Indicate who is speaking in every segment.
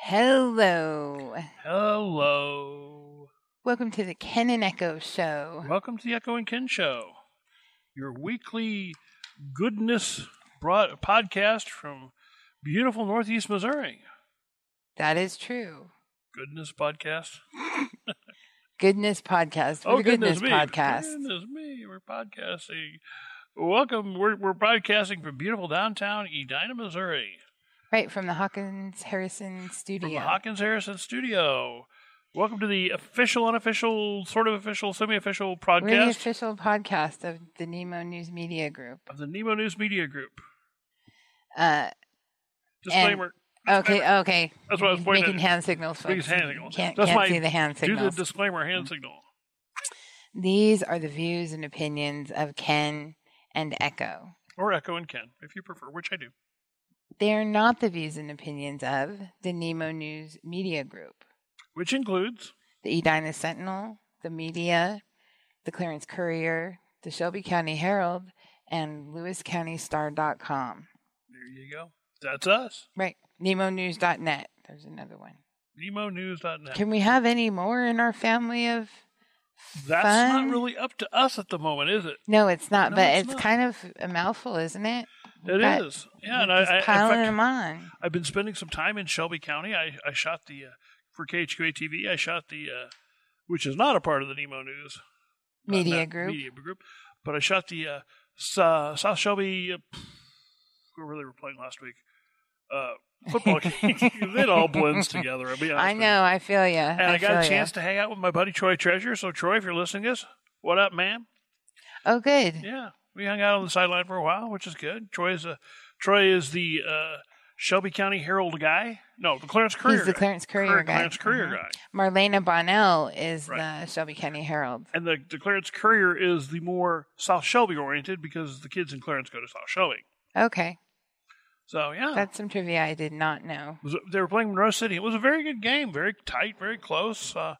Speaker 1: Hello.
Speaker 2: Hello.
Speaker 1: Welcome to the Ken and Echo Show.
Speaker 2: Welcome to the Echo and Ken Show, your weekly goodness broad- podcast from beautiful Northeast Missouri.
Speaker 1: That is true.
Speaker 2: Goodness podcast.
Speaker 1: Goodness podcast. We're the goodness, podcast.
Speaker 2: Oh, Goodness me. We're podcasting. Welcome. We're, we're broadcasting from beautiful downtown Edina, Missouri,
Speaker 1: Right from the Hawkins Harrison studio.
Speaker 2: from the Hawkins Harrison studio. Welcome to the official, unofficial, sort of official, semi-official
Speaker 1: We're the
Speaker 2: podcast
Speaker 1: official podcast of the Nemo News Media Group.
Speaker 2: of the Nemo News Media Group.
Speaker 1: Uh,
Speaker 2: Disclaimer.
Speaker 1: okay, okay.
Speaker 2: That's what I was
Speaker 1: He's
Speaker 2: pointing
Speaker 1: Making
Speaker 2: at.
Speaker 1: hand signals.
Speaker 2: Please
Speaker 1: folks.
Speaker 2: hand signals.
Speaker 1: Can't,
Speaker 2: That's
Speaker 1: can't
Speaker 2: my-
Speaker 1: see the hand
Speaker 2: Do the
Speaker 1: signals.
Speaker 2: disclaimer
Speaker 1: Mm.
Speaker 2: hand signal.
Speaker 1: These are the views and opinions of Ken and Echo.
Speaker 2: Or Echo and Ken, if you prefer, which I do.
Speaker 1: They are not the views and opinions of the Nemo News Media Group.
Speaker 2: Which includes
Speaker 1: the Edina Sentinel, the media, the Clarence Courier, the Shelby County Herald, and LewisCountyStar.com.
Speaker 2: there you go. That's us.
Speaker 1: Right, NemoNews.net. There's another one.
Speaker 2: NemoNews.net.
Speaker 1: Can we have any more in our family of?
Speaker 2: That's
Speaker 1: fun?
Speaker 2: not really up to us at the moment, is it?
Speaker 1: No, it's not.
Speaker 2: No,
Speaker 1: but
Speaker 2: it's
Speaker 1: it's
Speaker 2: not.
Speaker 1: kind of a mouthful, isn't it?
Speaker 2: It is.
Speaker 1: Right.
Speaker 2: Yeah, and I,
Speaker 1: Just
Speaker 2: I, Uh, in
Speaker 1: piling
Speaker 2: fact,
Speaker 1: them on.
Speaker 2: I've been spending some time in Shelby County. I, I shot the uh, for KHQA TV. I shot the, uh, which is not a part of the Nemo News uh,
Speaker 1: Media
Speaker 2: net-
Speaker 1: group.
Speaker 2: media group, but I shot the uh, Sa- South Shelby. Uh, pff, whoever they were playing last week, uh, football game. it all blends together. I'll be honest
Speaker 1: I
Speaker 2: with you.
Speaker 1: know. I feel you.
Speaker 2: And I, got a
Speaker 1: feel ya.
Speaker 2: chance to hang out with my buddy Troy Treasure. So Troy, if you're listening to this, what up, man?
Speaker 1: Oh, good.
Speaker 2: Yeah, we hung out on the sideline for a while, which is good. Troy is a Troy is the uh, Shelby County Herald guy. No, the Clarence Courier.
Speaker 1: He's the
Speaker 2: guy.
Speaker 1: Clarence Courier
Speaker 2: Courier-
Speaker 1: guy.
Speaker 2: Clarence Courier
Speaker 1: Mhm.
Speaker 2: guy.
Speaker 1: Marlena Bonnell is
Speaker 2: Right.
Speaker 1: the Shelby County Herald.
Speaker 2: And the, the Clarence Courier is the more South Shelby oriented because the kids in Clarence go to South Shelby.
Speaker 1: Okay,
Speaker 2: So yeah,
Speaker 1: that's some trivia I did not know.
Speaker 2: was- they were playing Monroe City. It was a very good game, very tight, very close, uh,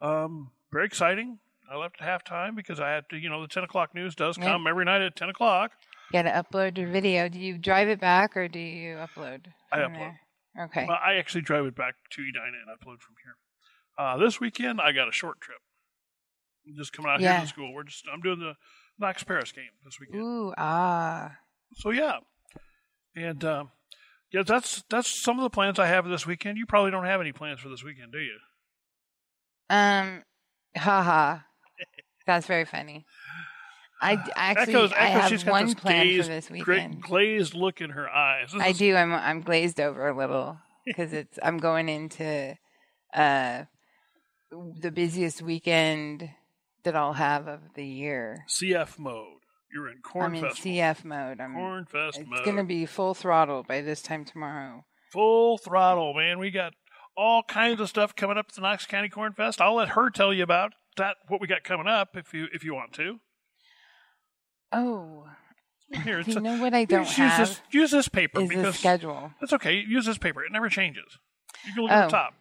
Speaker 2: um, very exciting. I left at halftime because I had to, you know, the ten o'clock news does
Speaker 1: Yeah.
Speaker 2: come every night at ten o'clock.
Speaker 1: You gotta upload your video. Do you drive it back or do you upload?
Speaker 2: I
Speaker 1: from
Speaker 2: upload.
Speaker 1: there? Okay.
Speaker 2: Well, I actually drive it back to Edina and upload from here. Uh, this weekend, I got a short trip. I'm just coming out here
Speaker 1: Yeah.
Speaker 2: to school. We're just I'm doing the Knox Paris game this weekend.
Speaker 1: Ooh, ah.
Speaker 2: So yeah, and um, yeah, that's that's some of the plans I have this weekend. You probably don't have any plans for this weekend, do you?
Speaker 1: Um, haha. That's very funny. I d- actually
Speaker 2: Echoes,
Speaker 1: I
Speaker 2: Echo,
Speaker 1: have
Speaker 2: she's got
Speaker 1: one
Speaker 2: this
Speaker 1: plan
Speaker 2: glazed,
Speaker 1: for this
Speaker 2: gra-
Speaker 1: weekend.
Speaker 2: glazed look in her eyes. This
Speaker 1: I
Speaker 2: is-
Speaker 1: do. I'm I'm glazed over a little because it's I'm going into uh the busiest weekend that I'll have of the year.
Speaker 2: CF mode. You're in corn
Speaker 1: I'm in
Speaker 2: fest.
Speaker 1: CF mode. I'm
Speaker 2: Corn fest
Speaker 1: it's
Speaker 2: mode.
Speaker 1: gonna be full throttle by this time tomorrow.
Speaker 2: full throttle, man. We got all kinds of stuff coming up at the Knox County Corn Fest. I'll let her tell you about that what we got coming up if you if you want to.
Speaker 1: Oh,
Speaker 2: Here, it's
Speaker 1: you
Speaker 2: a,
Speaker 1: know what I don't
Speaker 2: use
Speaker 1: have
Speaker 2: this use this paper
Speaker 1: is the
Speaker 2: because
Speaker 1: schedule.
Speaker 2: that's okay. Use this paper. It never changes. You can look at the
Speaker 1: Oh,
Speaker 2: top.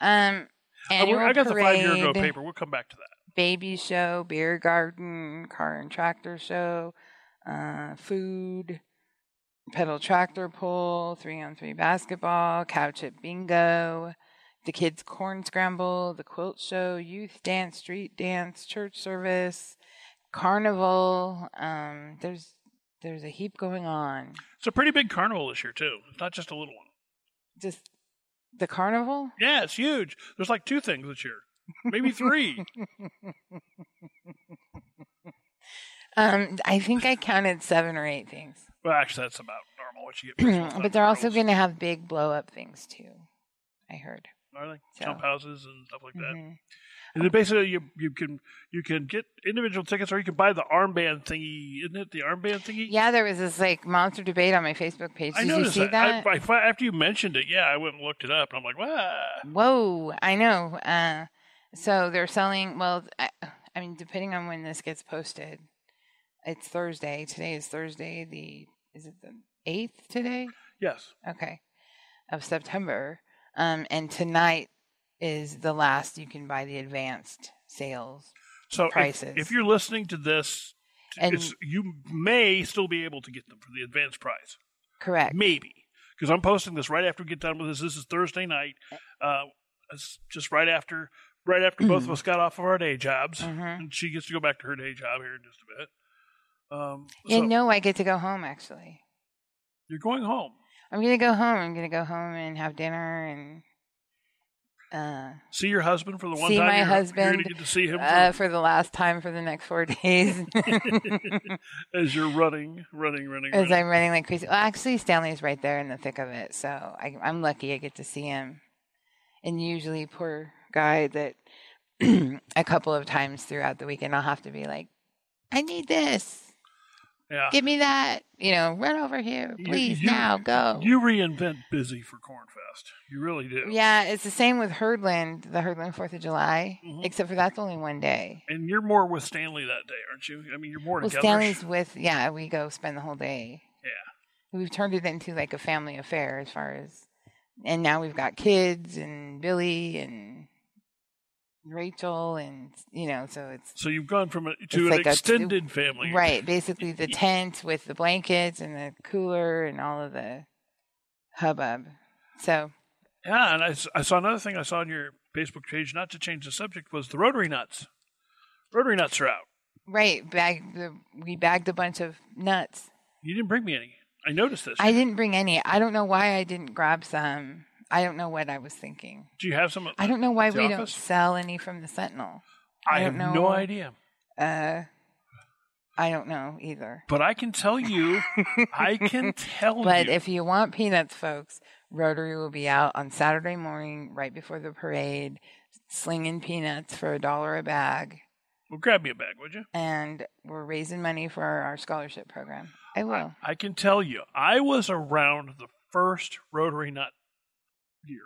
Speaker 1: Um,
Speaker 2: I,
Speaker 1: annual
Speaker 2: I got the
Speaker 1: parade,
Speaker 2: five year ago paper. We'll come back to that.
Speaker 1: baby show, beer garden, car and tractor show, uh, food, pedal tractor pull, three on three basketball, cow chip bingo, the kids corn scramble, the quilt show, youth dance, street dance, church service, carnival. Um, there's there's a heap going on.
Speaker 2: It's a pretty big carnival this year too. It's not just a little one.
Speaker 1: Just the carnival.
Speaker 2: Yeah, it's huge. There's like two things this year. Maybe three.
Speaker 1: Um, I think I counted seven or eight things.
Speaker 2: well, actually, that's about normal. What you get. for yourself,
Speaker 1: but
Speaker 2: not
Speaker 1: they're
Speaker 2: for
Speaker 1: also
Speaker 2: girls.
Speaker 1: going to have big blow up things too. I heard.
Speaker 2: Are they?
Speaker 1: So-
Speaker 2: Jump houses and stuff like that.
Speaker 1: Mhm.
Speaker 2: And then basically, you you can you can get individual tickets, or you can buy the armband thingy. Isn't it the armband thingy?
Speaker 1: Yeah, there was this like monster debate on my Facebook page.
Speaker 2: I
Speaker 1: Did you
Speaker 2: noticed
Speaker 1: see that?
Speaker 2: I, I, fi- after you mentioned it, yeah, I went and looked it up, and I'm like, wow.
Speaker 1: Whoa, I know. Uh, so they're selling. Well, I, I mean, depending on when this gets posted, it's Thursday. Today is Thursday. The is it the eighth today?
Speaker 2: Yes,
Speaker 1: Okay, of September. Um, and tonight is the last you can buy the advanced sales.
Speaker 2: so if-
Speaker 1: Prices.
Speaker 2: If, you're listening to this,
Speaker 1: And-
Speaker 2: it's, you may still be able to get them for the advanced price,
Speaker 1: Correct.
Speaker 2: maybe. because I'm posting this right after we get done with this. This is Thursday night. Uh, it's just right after, right after both of us got off of our day jobs,
Speaker 1: Mm-hmm.
Speaker 2: and she gets to go back to her day job here in just a bit. Um,
Speaker 1: Yeah,
Speaker 2: so
Speaker 1: no, I get to go home actually.
Speaker 2: you're going home.
Speaker 1: I'm gonna go home. I'm gonna go home and have dinner and uh,
Speaker 2: See your husband for the one
Speaker 1: See
Speaker 2: time
Speaker 1: my
Speaker 2: you're, you're
Speaker 1: husband,
Speaker 2: going to get to see him for-
Speaker 1: uh, for the last time for the next four days
Speaker 2: as you're running, running, running.
Speaker 1: as
Speaker 2: running.
Speaker 1: I'm running like crazy. Well, actually, Stanley's right there in the thick of it, so I, I'm lucky I get to see him. And usually, poor guy that a couple of times throughout the weekend, I'll have to be like, "I need this."
Speaker 2: yeah.
Speaker 1: Give me that. You know, run over here,
Speaker 2: Uh, You-
Speaker 1: please,
Speaker 2: you-
Speaker 1: now, go.
Speaker 2: You reinvent busy for Cornfest. You really do.
Speaker 1: yeah, it's the same with Herdland, the Herdland Fourth of July,
Speaker 2: Mhm.
Speaker 1: except for that's only one day.
Speaker 2: And you're more with Stanley that day, aren't you? I mean, you're more
Speaker 1: Well,
Speaker 2: together.
Speaker 1: Stanley's with, yeah, we go spend the whole day.
Speaker 2: Yeah.
Speaker 1: We've turned it into like a family affair as far as, and now we've got kids and Billy and Rachel, and, you know, so it's
Speaker 2: So you've gone from a,
Speaker 1: It's
Speaker 2: to an
Speaker 1: like a-
Speaker 2: extended family.
Speaker 1: Right, basically the
Speaker 2: y-
Speaker 1: tent with the blankets and the cooler and all of the hubbub. So,
Speaker 2: Yeah, and I, s- I saw another thing I saw on your Facebook page, not to change the subject, was the Rotary Nuts. Rotary Nuts are out.
Speaker 1: right, bag the, we bagged a bunch of nuts.
Speaker 2: You didn't bring me any. I noticed this.
Speaker 1: I didn't bring any. I don't know why I didn't grab some. I don't know what I was thinking.
Speaker 2: Do you have some?
Speaker 1: I don't know why
Speaker 2: The
Speaker 1: we don't
Speaker 2: office?
Speaker 1: sell any from the Sentinel.
Speaker 2: I,
Speaker 1: I
Speaker 2: have
Speaker 1: don't know.
Speaker 2: no idea.
Speaker 1: Uh, I don't know either.
Speaker 2: But I can tell you, I can tell
Speaker 1: But
Speaker 2: you.
Speaker 1: if you want peanuts, folks, Rotary will be out on Saturday morning right before the parade, slinging peanuts for a dollar a bag.
Speaker 2: well, grab me a bag, would you?
Speaker 1: and we're raising money for our scholarship program. I will.
Speaker 2: I can tell you, I was around the first Rotary Nut year.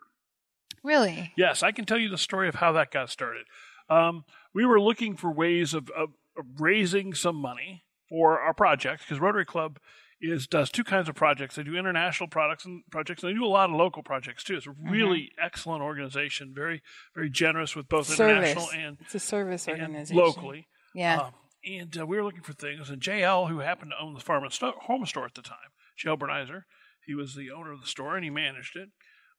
Speaker 1: Really?
Speaker 2: Yes, I can tell you the story of how that got started. Um, we were looking for ways of, of, of raising some money for our projects because Rotary Club is does two kinds of projects. They do international products and projects, and they do a lot of local projects too. It's a
Speaker 1: Mm-hmm.
Speaker 2: really excellent organization, very very generous with both international and,
Speaker 1: it's a service
Speaker 2: and
Speaker 1: organization.
Speaker 2: locally.
Speaker 1: Yeah.
Speaker 2: Um, and uh, we were looking for things, and JL, who happened to own the farm and sto- home store at the time, JL Bernizer, he was the owner of the store and he managed it.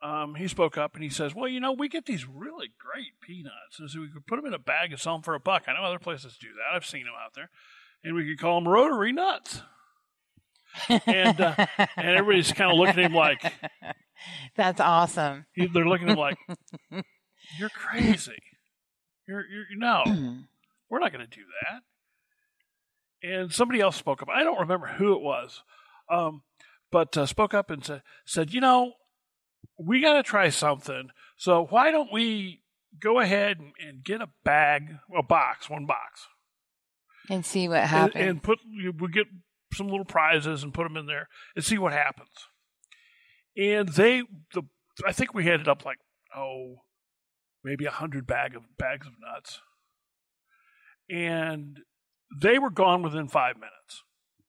Speaker 2: Um, he spoke up and he says, "Well, you know, we get these really great peanuts, and so we could put them in a bag and sell them for a buck. I know other places do that. I've seen them out there, and we could call them rotary nuts." and uh, and everybody's kind of looking at him like
Speaker 1: That's awesome.
Speaker 2: they're looking at him like you're crazy. You're you're no we're not going to do that. And somebody else spoke up. I don't remember who it was, um, but uh, spoke up and sa- said, you know, we got to try something. So why don't we go ahead and, and get a bag, a box, one box,
Speaker 1: and see what
Speaker 2: and,
Speaker 1: happens.
Speaker 2: and put we get some little prizes and put them in there and see what happens. And they, the I think we ended up like oh, maybe a hundred bag of bags of nuts, and they were gone within five minutes.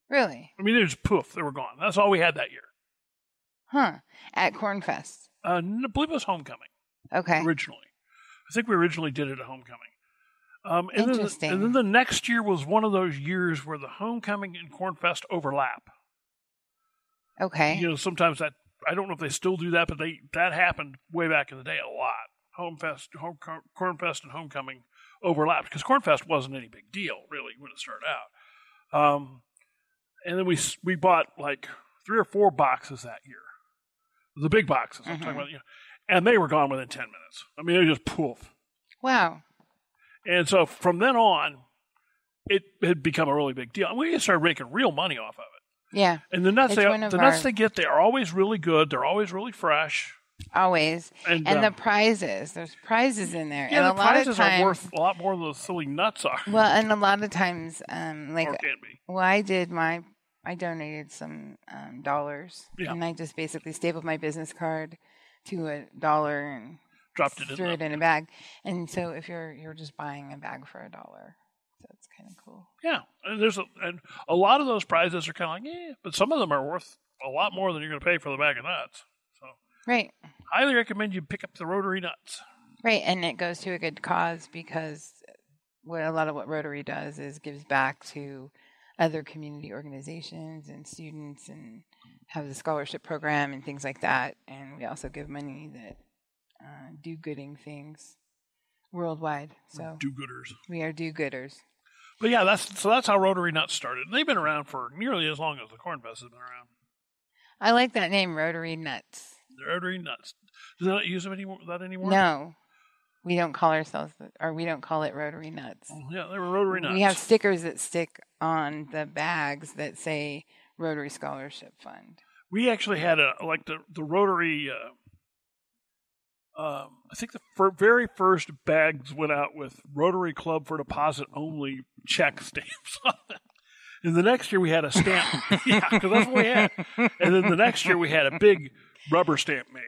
Speaker 1: really?
Speaker 2: I mean, they just poof, they were gone. That's all we had that year.
Speaker 1: Huh. At Cornfest.
Speaker 2: Uh, n- I believe it was homecoming
Speaker 1: Okay.
Speaker 2: originally. I think we originally did it at homecoming. Um, and, then the,
Speaker 1: Interesting.
Speaker 2: and then the next year was one of those years where the homecoming and cornfest overlap.
Speaker 1: Okay.
Speaker 2: you know sometimes that i don't know if they still do that but they that happened way back in the day a lot homefest home cornfest and homecoming overlapped because cornfest wasn't any big deal really when it started out um and then we s- we bought like three or four boxes that year the big boxes i'm
Speaker 1: Mhm.
Speaker 2: talking about you know, and they were gone within 10 minutes i mean they just poof
Speaker 1: Wow.
Speaker 2: and so from then on it had become a really big deal and we started making real money off of it
Speaker 1: Yeah.
Speaker 2: and the nuts,
Speaker 1: It's
Speaker 2: they,
Speaker 1: one of
Speaker 2: the nuts
Speaker 1: our-
Speaker 2: they get, they are always really good. They're always really fresh.
Speaker 1: Always.
Speaker 2: And,
Speaker 1: And the
Speaker 2: um,
Speaker 1: prizes. There's prizes in there.
Speaker 2: yeah,
Speaker 1: and
Speaker 2: the
Speaker 1: a lot
Speaker 2: prizes
Speaker 1: of times,
Speaker 2: are worth a lot more than those silly nuts are.
Speaker 1: Well, and a lot of times, um, like
Speaker 2: or can be.
Speaker 1: Well, I did my, I donated some um, dollars,
Speaker 2: Yeah.
Speaker 1: and I just basically stapled my business card to a dollar and
Speaker 2: Dropped it in.
Speaker 1: threw
Speaker 2: the-
Speaker 1: it in a bag. And so, if you're you're just buying a bag for a dollar, so it's kind of cool.
Speaker 2: Yeah, and there's a, and a lot of those prizes are kind of like, eh, but some of them are worth a lot more than you're going to pay for the bag of nuts. So
Speaker 1: Right,
Speaker 2: highly recommend you pick up the rotary nuts.
Speaker 1: right, and it goes to a good cause because what a lot of what Rotary does is gives back to other community organizations and students and have the scholarship program and things like that. And we also give money that uh, do gooding things worldwide. So
Speaker 2: do-gooders.
Speaker 1: we are do gooders.
Speaker 2: But yeah, that's so that's how Rotary Nuts started. And they've been around for nearly as long as the Corn Fest has been around.
Speaker 1: I like that name, Rotary Nuts.
Speaker 2: The Rotary Nuts. Do they not use them anymore? That anymore?
Speaker 1: No, we don't call ourselves, or we don't call it Rotary Nuts.
Speaker 2: Well, Yeah, they were Rotary Nuts.
Speaker 1: We have stickers that stick on the bags that say Rotary Scholarship Fund.
Speaker 2: we actually had a like the the Rotary. Uh, um, I think the fir- very first bags went out with Rotary Club for deposit only check stamps on them. And the next year we had a stamp, yeah, because that's what we had. And then the next year we had a big rubber stamp made,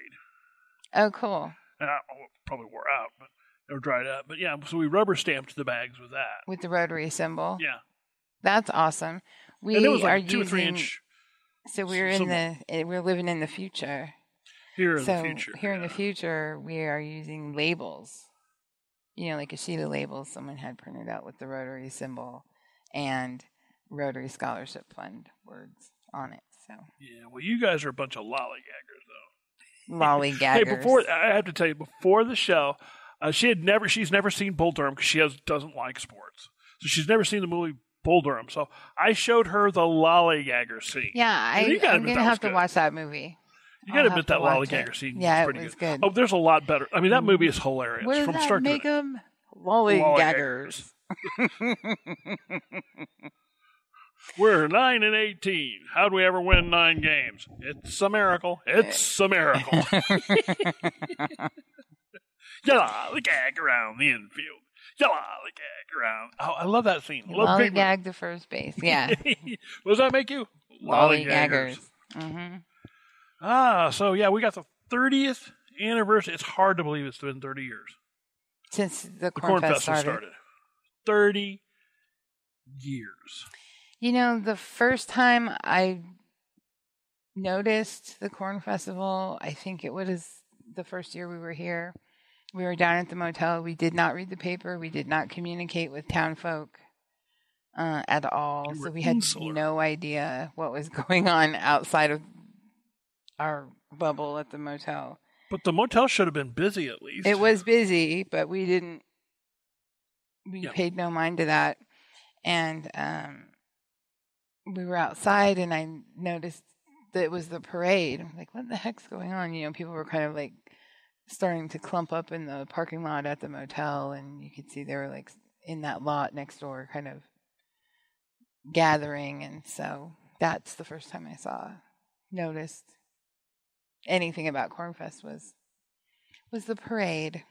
Speaker 1: Oh, cool.
Speaker 2: and I oh, it probably wore out, but or dried up. But yeah, so we rubber stamped the bags with that.
Speaker 1: With the Rotary symbol.
Speaker 2: Yeah,
Speaker 1: That's awesome. We
Speaker 2: and it was
Speaker 1: are
Speaker 2: like a two or three
Speaker 1: using-
Speaker 2: inch
Speaker 1: So we're in the eh, we're living in the future.
Speaker 2: here in
Speaker 1: so
Speaker 2: the future.
Speaker 1: here in the
Speaker 2: yeah.
Speaker 1: future, we are using labels. You know, like a sheet of labels someone had printed out with the Rotary symbol and Rotary Scholarship Fund words on it. So
Speaker 2: Yeah, well, you guys are a bunch of lollygaggers, though.
Speaker 1: lollygaggers.
Speaker 2: Hey, before I have to tell you, before the show, uh, she had never she's never seen Bull Durham because she has, doesn't like sports, so she's never seen the movie Bull Durham. So I showed her the lollygagger scene.
Speaker 1: yeah, I,
Speaker 2: You gotta
Speaker 1: I'm
Speaker 2: admit that
Speaker 1: gonna have
Speaker 2: was
Speaker 1: to
Speaker 2: good.
Speaker 1: watch that movie.
Speaker 2: you gotta
Speaker 1: I'll
Speaker 2: admit
Speaker 1: have
Speaker 2: that
Speaker 1: to watch
Speaker 2: lollygagger
Speaker 1: it.
Speaker 2: scene
Speaker 1: Yeah,
Speaker 2: was
Speaker 1: it
Speaker 2: pretty
Speaker 1: was
Speaker 2: good.
Speaker 1: good. Mm.
Speaker 2: Oh, there's a lot better. I mean, that movie is hilarious
Speaker 1: What does
Speaker 2: from
Speaker 1: that
Speaker 2: start
Speaker 1: make
Speaker 2: to finish.
Speaker 1: them? Lollygaggers.
Speaker 2: We're nine and eighteen. How do we ever win nine games? It's a miracle. It's a miracle. You lollygag around the infield. You lollygag around. Oh, I love that scene. I love Big Bird.
Speaker 1: Lollygag to first base. Yeah,
Speaker 2: what does that make you?
Speaker 1: lollygaggers. Mm-hmm.
Speaker 2: Ah, so yeah, we got the 30th anniversary. It's hard to believe it's been 30 years.
Speaker 1: Since the
Speaker 2: The
Speaker 1: Corn, Fest
Speaker 2: was
Speaker 1: started.
Speaker 2: 30 years.
Speaker 1: You know, the first time I noticed the Corn Festival, I think it was the first year we were here. We were down at the motel. We did not read the paper. We did not communicate with town folk uh, at all.
Speaker 2: You were
Speaker 1: So we had
Speaker 2: insular.
Speaker 1: no idea what was going on outside of our bubble at the motel.
Speaker 2: But the motel should have been busy at least.
Speaker 1: It was busy, but we didn't. We
Speaker 2: Yeah.
Speaker 1: paid no mind to that, and um, we were outside, and I noticed that it was the parade. I'm like, what the heck's going on? You know, people were kind of like starting to clump up in the parking lot at the motel, and you could see they were like in that lot next door, kind of gathering, and so that's the first time I saw noticed anything about Cornfest was was the parade.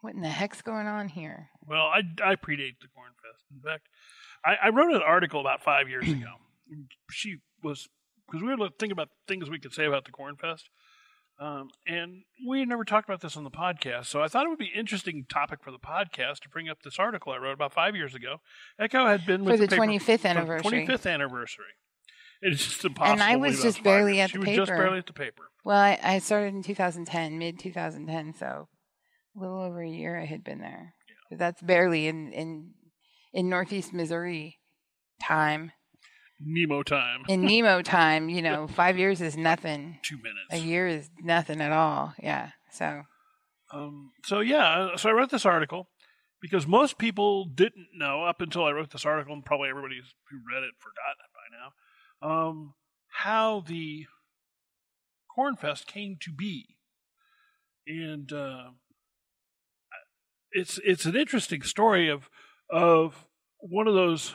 Speaker 1: What in the heck's going on here?
Speaker 2: Well, I, I predate the Corn Fest. In fact, I, I wrote an article about five years ago. She was, because we were like, thinking about things we could say about the Corn Fest. Um, and we had never talked about this on the podcast. So I thought it would be an interesting topic for the podcast to bring up this article I wrote about five years ago. Echo had been with
Speaker 1: For the
Speaker 2: paper-
Speaker 1: 25th
Speaker 2: for the
Speaker 1: anniversary.
Speaker 2: 25th anniversary. It's just impossible. to
Speaker 1: was
Speaker 2: believe that
Speaker 1: just
Speaker 2: five
Speaker 1: barely
Speaker 2: years.
Speaker 1: at the
Speaker 2: she was just
Speaker 1: paper.
Speaker 2: barely at the paper.
Speaker 1: Well, I, I started in 2010, mid 2010, so a little over a year I had been there. But that's barely in, in in Northeast Missouri time.
Speaker 2: Nemo time.
Speaker 1: In Nemo time, you know, five years is nothing.
Speaker 2: Two
Speaker 1: A
Speaker 2: minutes.
Speaker 1: year is nothing at all. Yeah. So
Speaker 2: Um, so yeah, so I wrote this article because most people didn't know up until I wrote this article, and probably everybody who read it forgot it by now, um, how the Cornfest came to be, and uh, it's it's an interesting story of of one of those.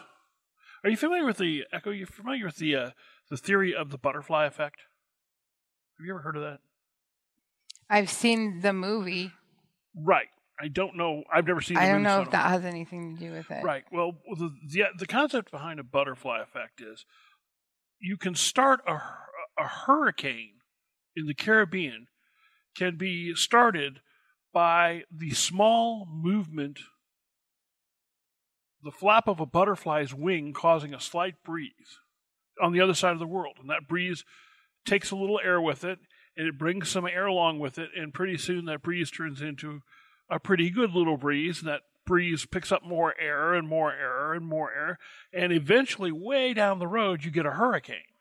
Speaker 2: Are you familiar with the echo? You familiar with the uh, the theory of the butterfly effect? Have you ever heard of that?
Speaker 1: I've seen the movie.
Speaker 2: Right. I don't know. I've never seen. The
Speaker 1: I don't
Speaker 2: movie, so
Speaker 1: know if that has anything to do with it.
Speaker 2: Right. Well, the, the the concept behind a butterfly effect is you can start a hur- a hurricane in the Caribbean can be started by the small movement, the flap of a butterfly's wing causing a slight breeze on the other side of the world, and that breeze takes a little air with it, and it brings some air along with it, and pretty soon that breeze turns into a pretty good little breeze, and that breeze picks up more air and more air and more air, and eventually, way down the road, you get a hurricane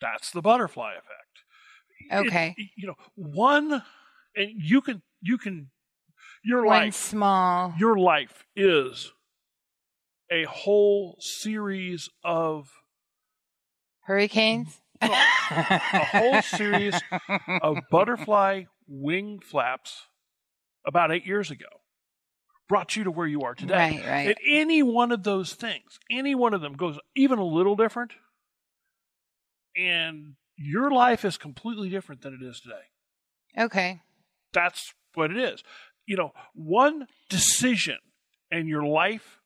Speaker 2: That's the butterfly effect. It-
Speaker 1: Okay.
Speaker 2: you know, one, and you can you can your
Speaker 1: One
Speaker 2: life
Speaker 1: small.
Speaker 2: your life is a whole series of
Speaker 1: Hurricanes?
Speaker 2: a whole series of butterfly wing flaps about eight years ago brought you to where you are today.
Speaker 1: Right, right.
Speaker 2: And any one of those things, any one of them goes even a little different, and your life is completely different than it is today.
Speaker 1: okay.
Speaker 2: That's what it is. You know, one decision and your life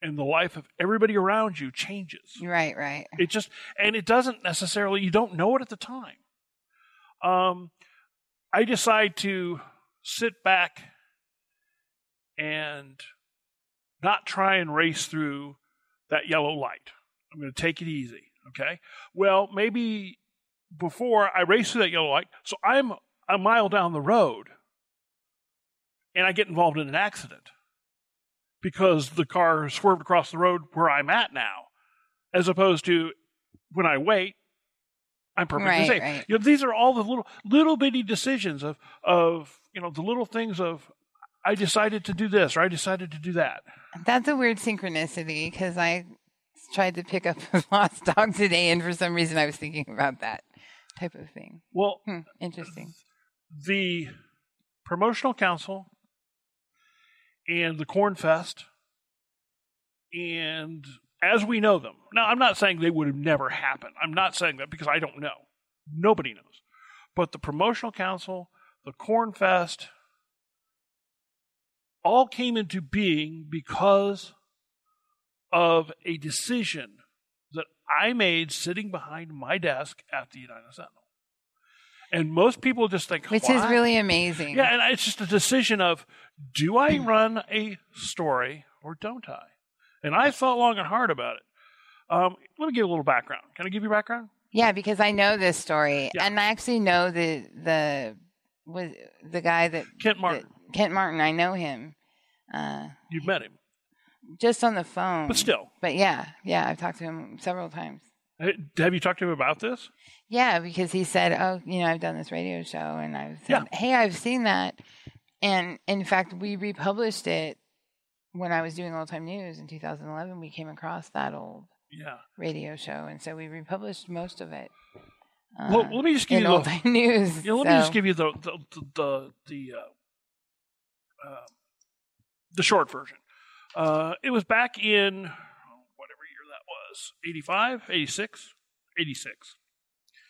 Speaker 2: and the life of everybody around you changes.
Speaker 1: Right, right.
Speaker 2: It just and it doesn't necessarily you don't know it at the time. Um I decide to sit back and not try and race through that yellow light. I'm going to take it easy, okay? Well, maybe before I race through that yellow light, so I'm a mile down the road and I get involved in an accident because the car swerved across the road where I'm at now as opposed to when I wait, I'm perfectly
Speaker 1: Right,
Speaker 2: safe.
Speaker 1: right.
Speaker 2: You know, these are all the little little bitty decisions of of you know the little things of I decided to do this or I decided to do that.
Speaker 1: That's a weird synchronicity because I tried to pick up a lost dog today, and for some reason I was thinking about that type of thing.
Speaker 2: Well,
Speaker 1: Hmm, interesting.
Speaker 2: the promotional council and the corn fest and as we know them now i'm not saying they would have never happened i'm not saying that because i don't know nobody knows but the promotional council the corn fest all came into being because of a decision that i made sitting behind my desk at the united sentinel and most people just think
Speaker 1: Which is
Speaker 2: "Why?"
Speaker 1: really amazing.
Speaker 2: Yeah, and it's just a decision of do I
Speaker 1: Hmm.
Speaker 2: run a story or don't I? And I thought long and hard about it. Um, let me give a little background. Can I give you background?
Speaker 1: Yeah, because I know this story,
Speaker 2: Yeah.
Speaker 1: and I actually know the the was the guy that
Speaker 2: Kent Martin,
Speaker 1: that- Kent Martin. I know him, uh,
Speaker 2: you've met him,
Speaker 1: just on the phone.
Speaker 2: but still,
Speaker 1: But yeah, yeah, I've talked to him several times.
Speaker 2: uh, have you talked to him about this?
Speaker 1: Yeah, because he said, "Oh, you know, I've done this radio show," and I said, "Hey, I've seen that." And in fact, we republished it when I was doing old time news in 2011. We came across that old
Speaker 2: Yeah.
Speaker 1: radio show, and so we republished most of it.
Speaker 2: well,
Speaker 1: uh,
Speaker 2: let me just give
Speaker 1: in
Speaker 2: you
Speaker 1: old
Speaker 2: the.
Speaker 1: time news.
Speaker 2: Yeah, let me just
Speaker 1: so-
Speaker 2: give you the the the the, the, uh, uh, the short version. Uh, it was back in oh, whatever year that was, 85, 86, 86.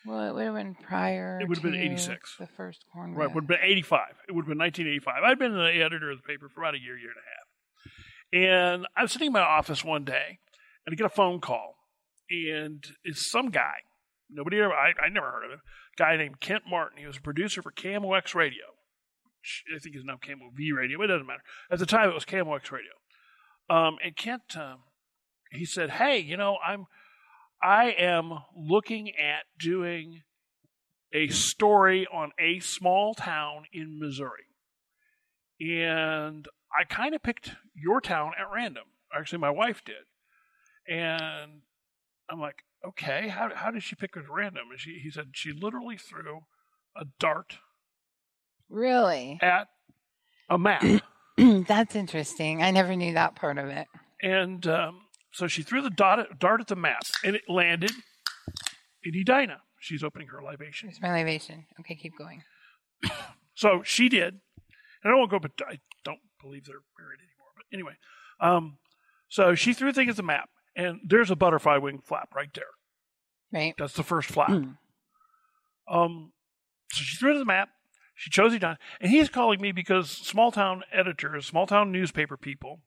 Speaker 1: Well, it would have been prior.
Speaker 2: It would have been
Speaker 1: to
Speaker 2: 86.
Speaker 1: The first corn.
Speaker 2: Right,
Speaker 1: Red.
Speaker 2: would have been 85. It would have been 1985. I'd been the editor of the paper for about a year, year and a half. And I was sitting in my office one day, and I get a phone call, and it's some guy. Nobody ever, I, I never heard of him. Guy named Kent Martin. He was a producer for Camo X Radio, which I think is now Camo V Radio, but it doesn't matter. At the time, it was Camo X Radio. Um, and Kent, um, he said, "Hey, you know, I'm, I am looking at doing." a story on a small town in Missouri. And I kind of picked your town at random. Actually, my wife did. And I'm like, okay, how, how did she pick it at random? And she, he said she literally threw a dart
Speaker 1: Really?
Speaker 2: at a map.
Speaker 1: That's interesting. I never knew that part of it.
Speaker 2: and um, so she threw the dot dart at the map, and it landed in Edina. She's opening her libation.
Speaker 1: It's my libation. Okay, keep going.
Speaker 2: So she did. And I don't want to go, but I don't believe they're married anymore. But anyway, um, so she threw a thing at the map, and there's a butterfly wing flap right there.
Speaker 1: Right.
Speaker 2: That's the first flap. Um, so she threw it at the map. She chose Edina, and he's calling me because small town editors, small town newspaper people,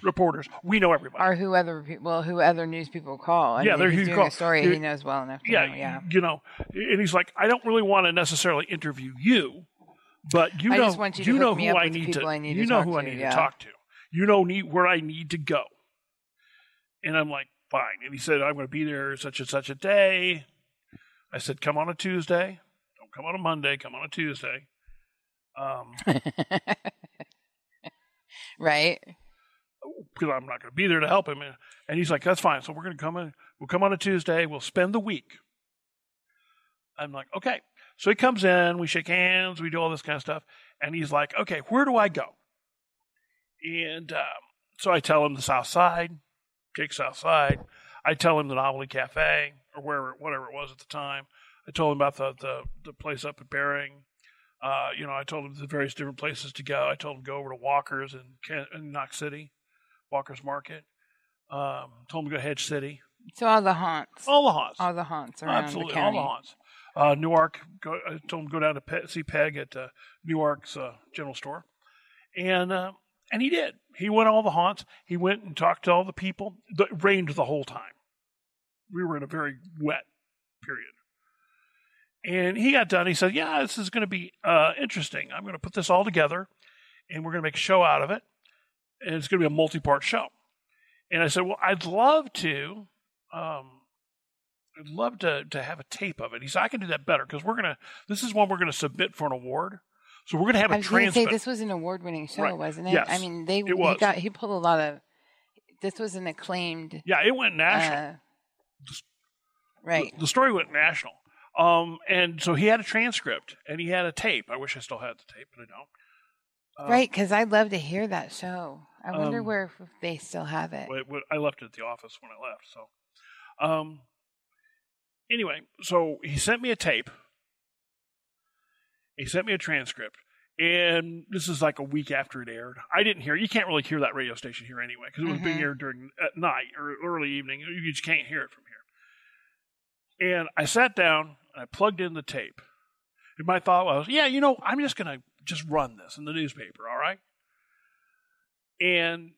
Speaker 2: reporters, we know everybody.
Speaker 1: Or who other people? Well, who other news people call? I
Speaker 2: Yeah,
Speaker 1: mean,
Speaker 2: they're
Speaker 1: if
Speaker 2: who
Speaker 1: he's
Speaker 2: you
Speaker 1: doing
Speaker 2: call.
Speaker 1: a story.
Speaker 2: You're-
Speaker 1: he knows well enough. To
Speaker 2: yeah,
Speaker 1: know, yeah.
Speaker 2: you know, and he's like, I don't really want to necessarily interview you, but you
Speaker 1: I
Speaker 2: know,
Speaker 1: just want you to hook
Speaker 2: know
Speaker 1: me
Speaker 2: who
Speaker 1: up
Speaker 2: I
Speaker 1: with the
Speaker 2: need to,
Speaker 1: people I need
Speaker 2: you
Speaker 1: to
Speaker 2: know
Speaker 1: talk
Speaker 2: who I
Speaker 1: to,
Speaker 2: need
Speaker 1: yeah.
Speaker 2: to talk to, you know need where I need to go, and I'm like, fine. And he said, I'm going to be there such and such a day. I said, come on a Tuesday. Don't come on a Monday. Come on a Tuesday. Um,
Speaker 1: Right.
Speaker 2: because I'm not going to be there to help him. And, and he's like, that's fine. So we're going to come in. We'll come on a Tuesday. We'll spend the week. I'm like, okay. So he comes in, we shake hands, we do all this kind of stuff. And he's like, okay, where do I go? And um, so I tell him the South Side, Jake's South Side. I tell him the Novelty Cafe or wherever, whatever it was at the time. I told him about the, the, the place up at Bering. Uh, you know, I told him the various different places to go. I told him to go over to Walker's in, Can- in Knox City, Walker's Market. Um, told him to go to Hedge City.
Speaker 1: So all the haunts.
Speaker 2: All the haunts.
Speaker 1: All the haunts around
Speaker 2: Absolutely,
Speaker 1: the county.
Speaker 2: all the haunts. Uh, Newark, go, I told him to go down to Pe- see Peg at uh, Newark's uh, general store, and uh, and he did. He went all the haunts. He went and talked to all the people. The- It rained the whole time. We were in a very wet period, and he got done. He said, "Yeah, this is going to be uh, interesting. I'm going to put this all together, and we're going to make a show out of it, and it's going to be a multi-part show." And I said, "Well, I'd love to." Um, I'd love to to have a tape of it. He said, I can do that better because we're gonna. This is one we're gonna submit for an award. So we're gonna have
Speaker 1: I
Speaker 2: a
Speaker 1: was going to say
Speaker 2: transcript.
Speaker 1: this was an award-winning show,
Speaker 2: Right.
Speaker 1: wasn't it?
Speaker 2: Yes.
Speaker 1: I mean, they
Speaker 2: It was.
Speaker 1: he got he pulled a lot of. This was an acclaimed.
Speaker 2: yeah, it went national.
Speaker 1: Uh, right.
Speaker 2: The, the story went national. Um, and so he had a transcript and he had a tape. I wish I still had the tape, but I don't. Um,
Speaker 1: Right, because I'd love to hear that show. I wonder
Speaker 2: um,
Speaker 1: where if they still have it.
Speaker 2: Well, it would- I left it at the office when I left. So, um, anyway, so he sent me a tape. He sent me a transcript, and this is like a week after it aired. I didn't hear. You can't really hear that radio station here anyway because it was being
Speaker 1: Mhm.
Speaker 2: aired during at night or early evening. You just can't hear it from here. And I sat down and I plugged in the tape. And my thought was, yeah, you know, I'm just gonna just run this in the newspaper, all right? And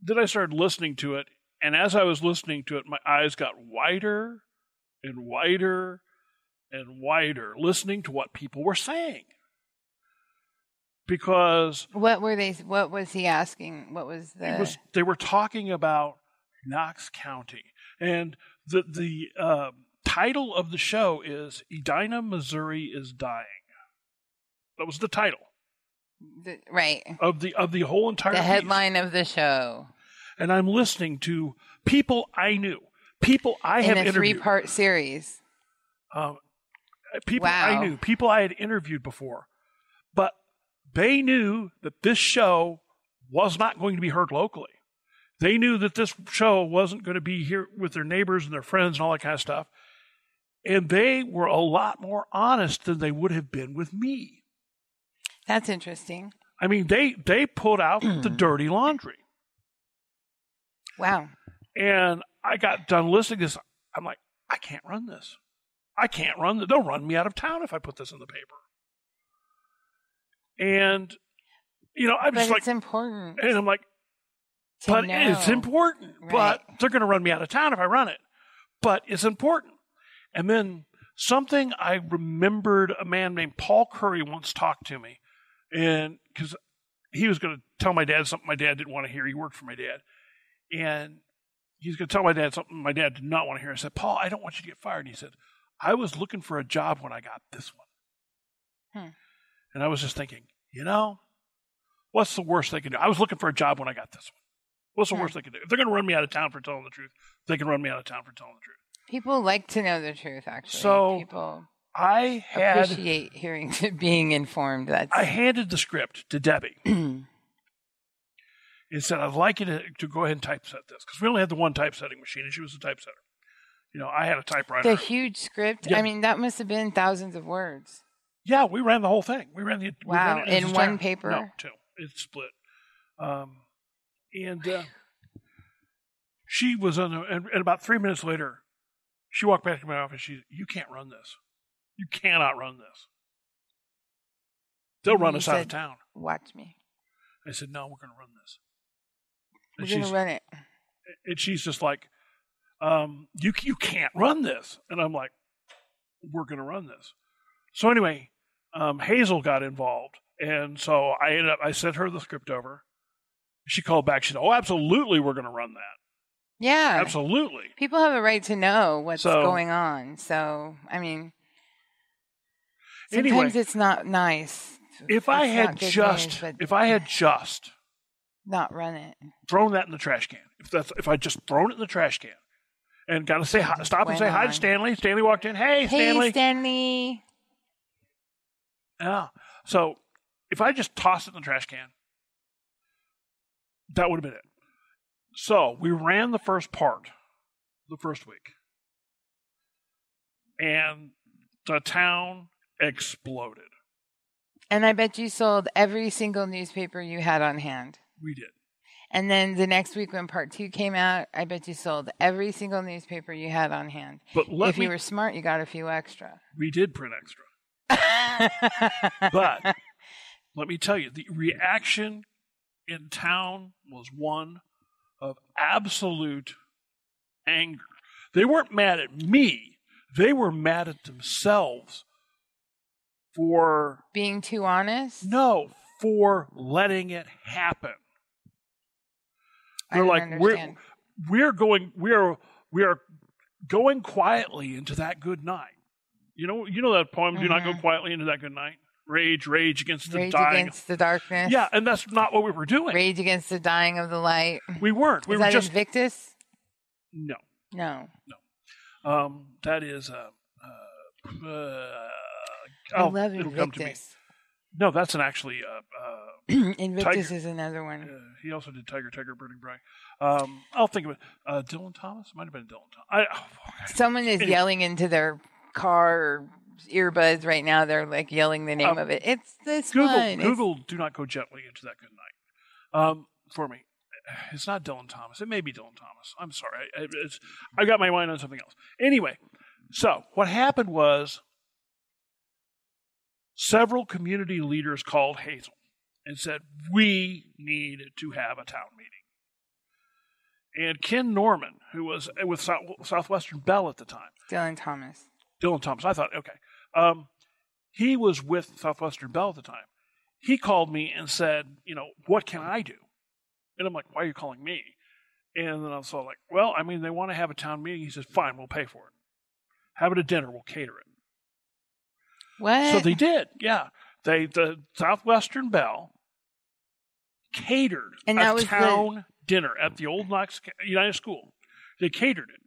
Speaker 2: then I started listening to it, and as I was listening to it, my eyes got wider and wider and wider, listening to what people were saying. Because
Speaker 1: What were they? What was he asking? What was the?
Speaker 2: it was, they were talking about Knox County, and the the uh, title of the show is "Edina, Missouri is Dying." That was the title
Speaker 1: the right.
Speaker 2: of the of the whole entire
Speaker 1: The
Speaker 2: piece.
Speaker 1: headline of the show
Speaker 2: and I'm listening to people I knew, people I
Speaker 1: in
Speaker 2: have
Speaker 1: a
Speaker 2: interviewed,
Speaker 1: three-part series.
Speaker 2: um, people
Speaker 1: Wow.
Speaker 2: I knew, people I had interviewed before, but they knew that this show was not going to be heard locally. They knew that this show wasn't going to be here with their neighbors and their friends and all that kind of stuff. And they were a lot more honest than they would have been with me.
Speaker 1: That's interesting.
Speaker 2: I mean, they they put out the dirty laundry.
Speaker 1: Wow.
Speaker 2: And I got done listening to this. I'm like, I can't run this. I can't run. th- They'll run me out of town if I put this in the paper. And, you know, I'm
Speaker 1: but
Speaker 2: just like,
Speaker 1: it's important.
Speaker 2: and I'm like,
Speaker 1: to
Speaker 2: but
Speaker 1: know.
Speaker 2: it's important.
Speaker 1: Right.
Speaker 2: But they're going to run me out of town if I run it. But it's important. And then something I remembered a man named Paul Curry once talked to me, and because he was going to tell my dad something my dad didn't want to hear. He worked for my dad, and he was going to tell my dad something my dad did not want to hear. I said, Paul, I don't want you to get fired. And he said, I was looking for a job when I got this one,
Speaker 1: Hmm.
Speaker 2: and I was just thinking, you know, what's the worst they can do? I was looking for a job when I got this one. What's the
Speaker 1: Hmm.
Speaker 2: worst they can do? If they're going to run me out of town for telling the truth, they can run me out of town for telling the truth.
Speaker 1: People like to know the truth. Actually,
Speaker 2: So,
Speaker 1: people
Speaker 2: I had
Speaker 1: appreciate hearing being informed. That's
Speaker 2: I handed the script to Debbie and said, I'd like you to, to go ahead and typeset this because we only had the one typesetting machine and she was a typesetter. You know, I had a typewriter.
Speaker 1: the huge script.
Speaker 2: Yeah.
Speaker 1: I mean, that must have been thousands of words.
Speaker 2: yeah, we ran the whole thing. We ran the we ran
Speaker 1: Wow,
Speaker 2: it its
Speaker 1: in one
Speaker 2: entire-
Speaker 1: paper?
Speaker 2: No, two. It's split. Um, and uh, she was on. The, and, and about three minutes later, she walked back to my office. She, you can't run this. You cannot run this. They'll run
Speaker 1: Mm-hmm, You
Speaker 2: us out of
Speaker 1: said-
Speaker 2: town.
Speaker 1: Watch me.
Speaker 2: I said, no, we're going to run this.
Speaker 1: We're
Speaker 2: And
Speaker 1: gonna
Speaker 2: she's-
Speaker 1: run it.
Speaker 2: and she's just like, um, "You you can't run this," and I'm like, "We're going to run this." So anyway, um, Hazel got involved, and so I ended up I sent her the script over. She called back. She said, "Oh, absolutely, we're going to run that.
Speaker 1: Yeah.
Speaker 2: Absolutely."
Speaker 1: People have a right to know what's
Speaker 2: So-
Speaker 1: going on. So, I mean,
Speaker 2: Anyway.
Speaker 1: sometimes it's not nice.
Speaker 2: If I
Speaker 1: It's
Speaker 2: had
Speaker 1: not good
Speaker 2: just,
Speaker 1: news, but
Speaker 2: if I had just
Speaker 1: not run it,
Speaker 2: thrown that in the trash can, if that's if I just thrown it in the trash can, and got to say hi,
Speaker 1: Just
Speaker 2: stop and
Speaker 1: went
Speaker 2: say hi
Speaker 1: on.
Speaker 2: to Stanley. Stanley walked in. Hey, Stanley.
Speaker 1: Hey, Stanley.
Speaker 2: yeah. So if I just tossed it in the trash can, that would have been it. So we ran the first part, the first week, and the town exploded.
Speaker 1: And I bet you sold every single newspaper you had on hand.
Speaker 2: We did.
Speaker 1: And then the next week when part two came out, I bet you sold every single newspaper you had on hand.
Speaker 2: But let
Speaker 1: if
Speaker 2: me.
Speaker 1: you were smart, you got a few extra.
Speaker 2: we did print extra. But let me tell you, the reaction in town was one of absolute anger. They weren't mad at me, they were mad at themselves for
Speaker 1: Being too honest?
Speaker 2: no, for letting it happen.
Speaker 1: I
Speaker 2: They're
Speaker 1: don't
Speaker 2: like,
Speaker 1: understand.
Speaker 2: we're going we are we are going quietly into that good night. You know you know that poem, Do Not Go
Speaker 1: Mhm.
Speaker 2: Quietly into That Good Night? Rage, rage against the
Speaker 1: Rage
Speaker 2: dying.
Speaker 1: against the darkness.
Speaker 2: Yeah, and that's not what we were doing.
Speaker 1: Rage against the dying of the light.
Speaker 2: We weren't. We
Speaker 1: Is
Speaker 2: were
Speaker 1: that
Speaker 2: just
Speaker 1: Invictus?
Speaker 2: no.
Speaker 1: No.
Speaker 2: Um, that is uh, uh, uh,
Speaker 1: I
Speaker 2: oh,
Speaker 1: love
Speaker 2: it'll come to me.
Speaker 1: Invictus.
Speaker 2: No, that's an actually. Uh,
Speaker 1: Invictus
Speaker 2: Tiger.
Speaker 1: is another
Speaker 2: uh, uh,
Speaker 1: one.
Speaker 2: he also did Tiger, Tiger, Burning Bright. Um, I'll think of it. Uh, Dylan Thomas might have been Dylan Thomas. I, oh, boy.
Speaker 1: Someone is
Speaker 2: Anyway.
Speaker 1: yelling into their car or earbuds right now. They're like yelling the name
Speaker 2: Um,
Speaker 1: of it. It's this
Speaker 2: Google,
Speaker 1: one. It's-
Speaker 2: Google, do not go gently into that good night. Um, for me, it's not Dylan Thomas. It may be Dylan Thomas. I'm sorry. I, I- it's, I got my mind on something else. Anyway, so what happened was several community leaders called Hazel and said, We need to have a town meeting. And Ken Norman, who was with Sou- Southwestern Bell at the time,
Speaker 1: Dylan Thomas.
Speaker 2: Dylan Thomas. I thought, okay. Um, he was with Southwestern Bell at the time. He called me and said, you know, what can I do? And I'm like, why are you calling me? And then I was all like, well, I mean, they want to have a town meeting. He says, fine, we'll pay for it. Have it at dinner, we'll cater it.
Speaker 1: What?
Speaker 2: So they did, yeah. They the Southwestern Bell catered
Speaker 1: And
Speaker 2: a
Speaker 1: that was the-
Speaker 2: town dinner at the old Knox United School. They catered it,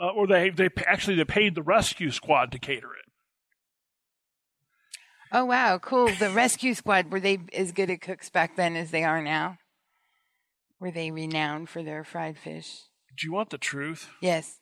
Speaker 2: uh, or they they actually they paid the rescue squad to cater it.
Speaker 1: oh wow, cool. The rescue squad were they as good at cooks back then as they are now? Were they renowned for their fried fish?
Speaker 2: Do you want the truth?
Speaker 1: Yes.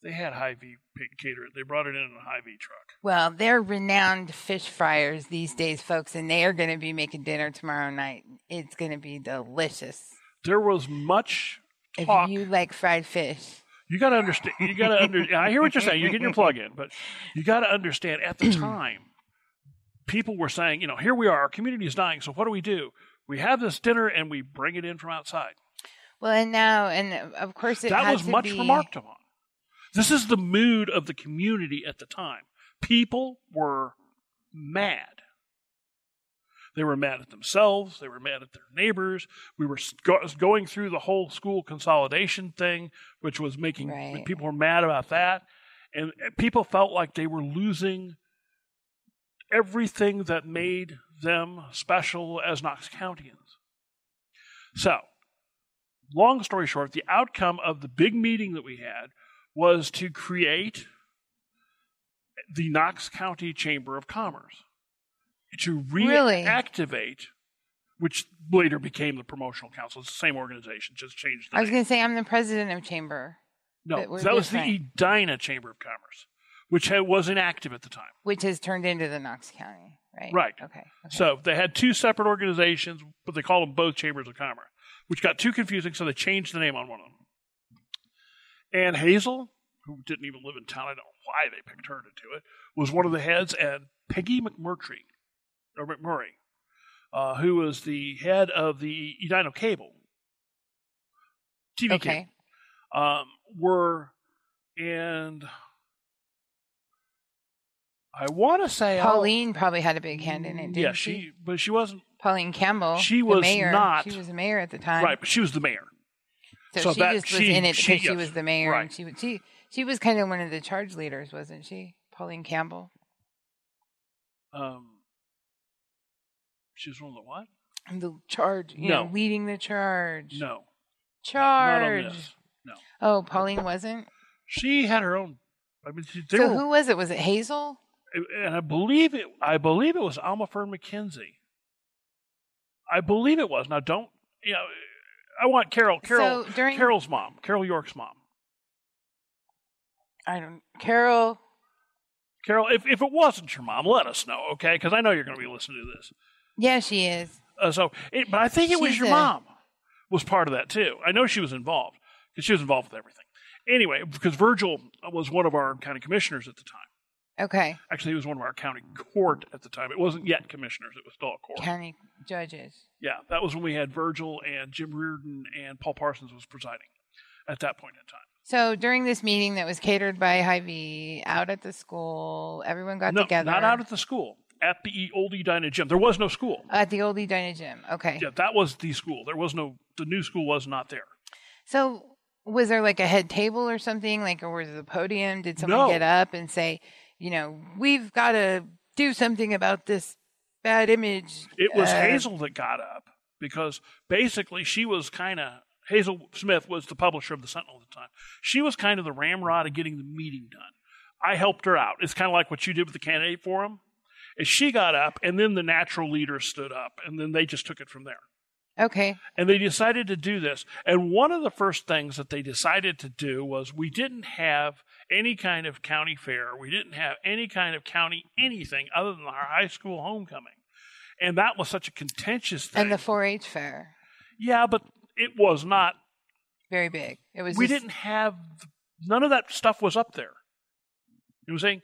Speaker 2: They had high V cater it. They brought it in in a high V truck.
Speaker 1: Well, they're renowned fish fryers these days, folks, and they are going to be making dinner tomorrow night. It's going to be delicious.
Speaker 2: There was much talk.
Speaker 1: If
Speaker 2: You,
Speaker 1: you like fried fish,
Speaker 2: got to understand. You got to under. I hear what you're saying. You're getting your plug in, but you got to understand. At the time, people were saying, you know, here we are. Our community is dying. So what do we do? We have this dinner and we bring it in from outside.
Speaker 1: well, and now, and of course, it
Speaker 2: that
Speaker 1: had
Speaker 2: was
Speaker 1: to
Speaker 2: much
Speaker 1: be,
Speaker 2: remarked upon. This is the mood of the community at the time. People were mad. They were mad at themselves. They were mad at their neighbors. We were s- go- going through the whole school consolidation thing, which was making
Speaker 1: Right.
Speaker 2: people were mad about that, and and people felt like they were losing everything that made them special as Knox Countyans. So, long story short, the outcome of the big meeting that we had was to create the Knox County Chamber of Commerce to
Speaker 1: Really?
Speaker 2: reactivate, which later became the Promotional Council. It's the same organization, just changed the
Speaker 1: I was
Speaker 2: name.
Speaker 1: going to say I'm the president of chamber, but
Speaker 2: No,
Speaker 1: we're
Speaker 2: that was the
Speaker 1: different.
Speaker 2: Edina Chamber of Commerce, which had, was inactive at the time.
Speaker 1: which has turned into the Knox County, right?
Speaker 2: Right.
Speaker 1: Okay. okay.
Speaker 2: So they had two separate organizations, but they called them both chambers of commerce, which got too confusing, so they changed the name on one of them. And Hazel, who didn't even live in town, I don't know why they picked her to do it, was one of the heads, and Peggy McMurtry, or McMurray, uh, who was the head of the Edina Cable, TV
Speaker 1: okay.
Speaker 2: cable um, were, and I want to say I'll-
Speaker 1: Pauline probably had a big hand in it. Didn't
Speaker 2: yeah, she, but she wasn't
Speaker 1: Pauline Campbell.
Speaker 2: she
Speaker 1: the
Speaker 2: was
Speaker 1: mayor.
Speaker 2: not-
Speaker 1: She was the mayor at the time.
Speaker 2: right, but she was the mayor.
Speaker 1: So,
Speaker 2: so
Speaker 1: she
Speaker 2: that-
Speaker 1: just was
Speaker 2: she-
Speaker 1: in it because
Speaker 2: she-
Speaker 1: she,
Speaker 2: yes,
Speaker 1: was the mayor,
Speaker 2: right.
Speaker 1: and she was- she she was kind of one of the charge leaders, wasn't she? Pauline Campbell.
Speaker 2: Um, she was one of the what?
Speaker 1: The charge. You
Speaker 2: No.
Speaker 1: Know, leading the charge.
Speaker 2: No, not on
Speaker 1: Charge.
Speaker 2: this.
Speaker 1: Oh, Pauline wasn't.
Speaker 2: She had her own. I mean, she, they
Speaker 1: so
Speaker 2: were,
Speaker 1: who was it? Was it Hazel?
Speaker 2: and I believe it. I believe it was Alma Fern McKenzie. I believe it was. Now, don't you know? I want Carol. Carol.
Speaker 1: So during
Speaker 2: Carol's mom. Carol York's mom.
Speaker 1: I don't Carol.
Speaker 2: Carol, if if it wasn't your mom, let us know, okay? Because I know you're going to be listening to this.
Speaker 1: Yeah, she is.
Speaker 2: Uh, so, it, but I think it was
Speaker 1: She's
Speaker 2: your
Speaker 1: a-
Speaker 2: mom was part of that too. I know she was involved because she was involved with everything. Anyway, because Virgil was one of our county commissioners at the time.
Speaker 1: Okay,
Speaker 2: Actually, he was one of our county court at the time. It wasn't yet commissioners; it was still a court.
Speaker 1: county judges.
Speaker 2: Yeah, that was when we had Virgil and Jim Reardon and Paul Parsons was presiding at that point in time.
Speaker 1: So during this meeting that was catered by Hy-Vee out at the school, everyone got
Speaker 2: no,
Speaker 1: together.
Speaker 2: not out at the school. At the E- old Edina gym, there was no school.
Speaker 1: at the old Edina gym. Okay.
Speaker 2: Yeah, that was the school. There was no. The new school was not there.
Speaker 1: So was there like a head table or something? Like, or was it a podium? Did someone
Speaker 2: No.
Speaker 1: get up and say, you know, we've got to do something about this bad image?
Speaker 2: It was
Speaker 1: uh,
Speaker 2: Hazel that got up because basically she was kind of Hazel Smith was the publisher of the Sentinel at the time. She was kind of the ramrod of getting the meeting done. I helped her out. It's kind of like what you did with the candidate forum. And she got up, and then the natural leader stood up, and then they just took it from there.
Speaker 1: Okay.
Speaker 2: And they decided to do this. And one of the first things that they decided to do was we didn't have any kind of county fair. We didn't have any kind of county anything other than our high school homecoming. And that was such a contentious thing.
Speaker 1: And the 4-H fair,
Speaker 2: yeah, but it was not.
Speaker 1: very big. It was.
Speaker 2: we
Speaker 1: just-
Speaker 2: didn't have none of that stuff was up there. You know what I'm saying?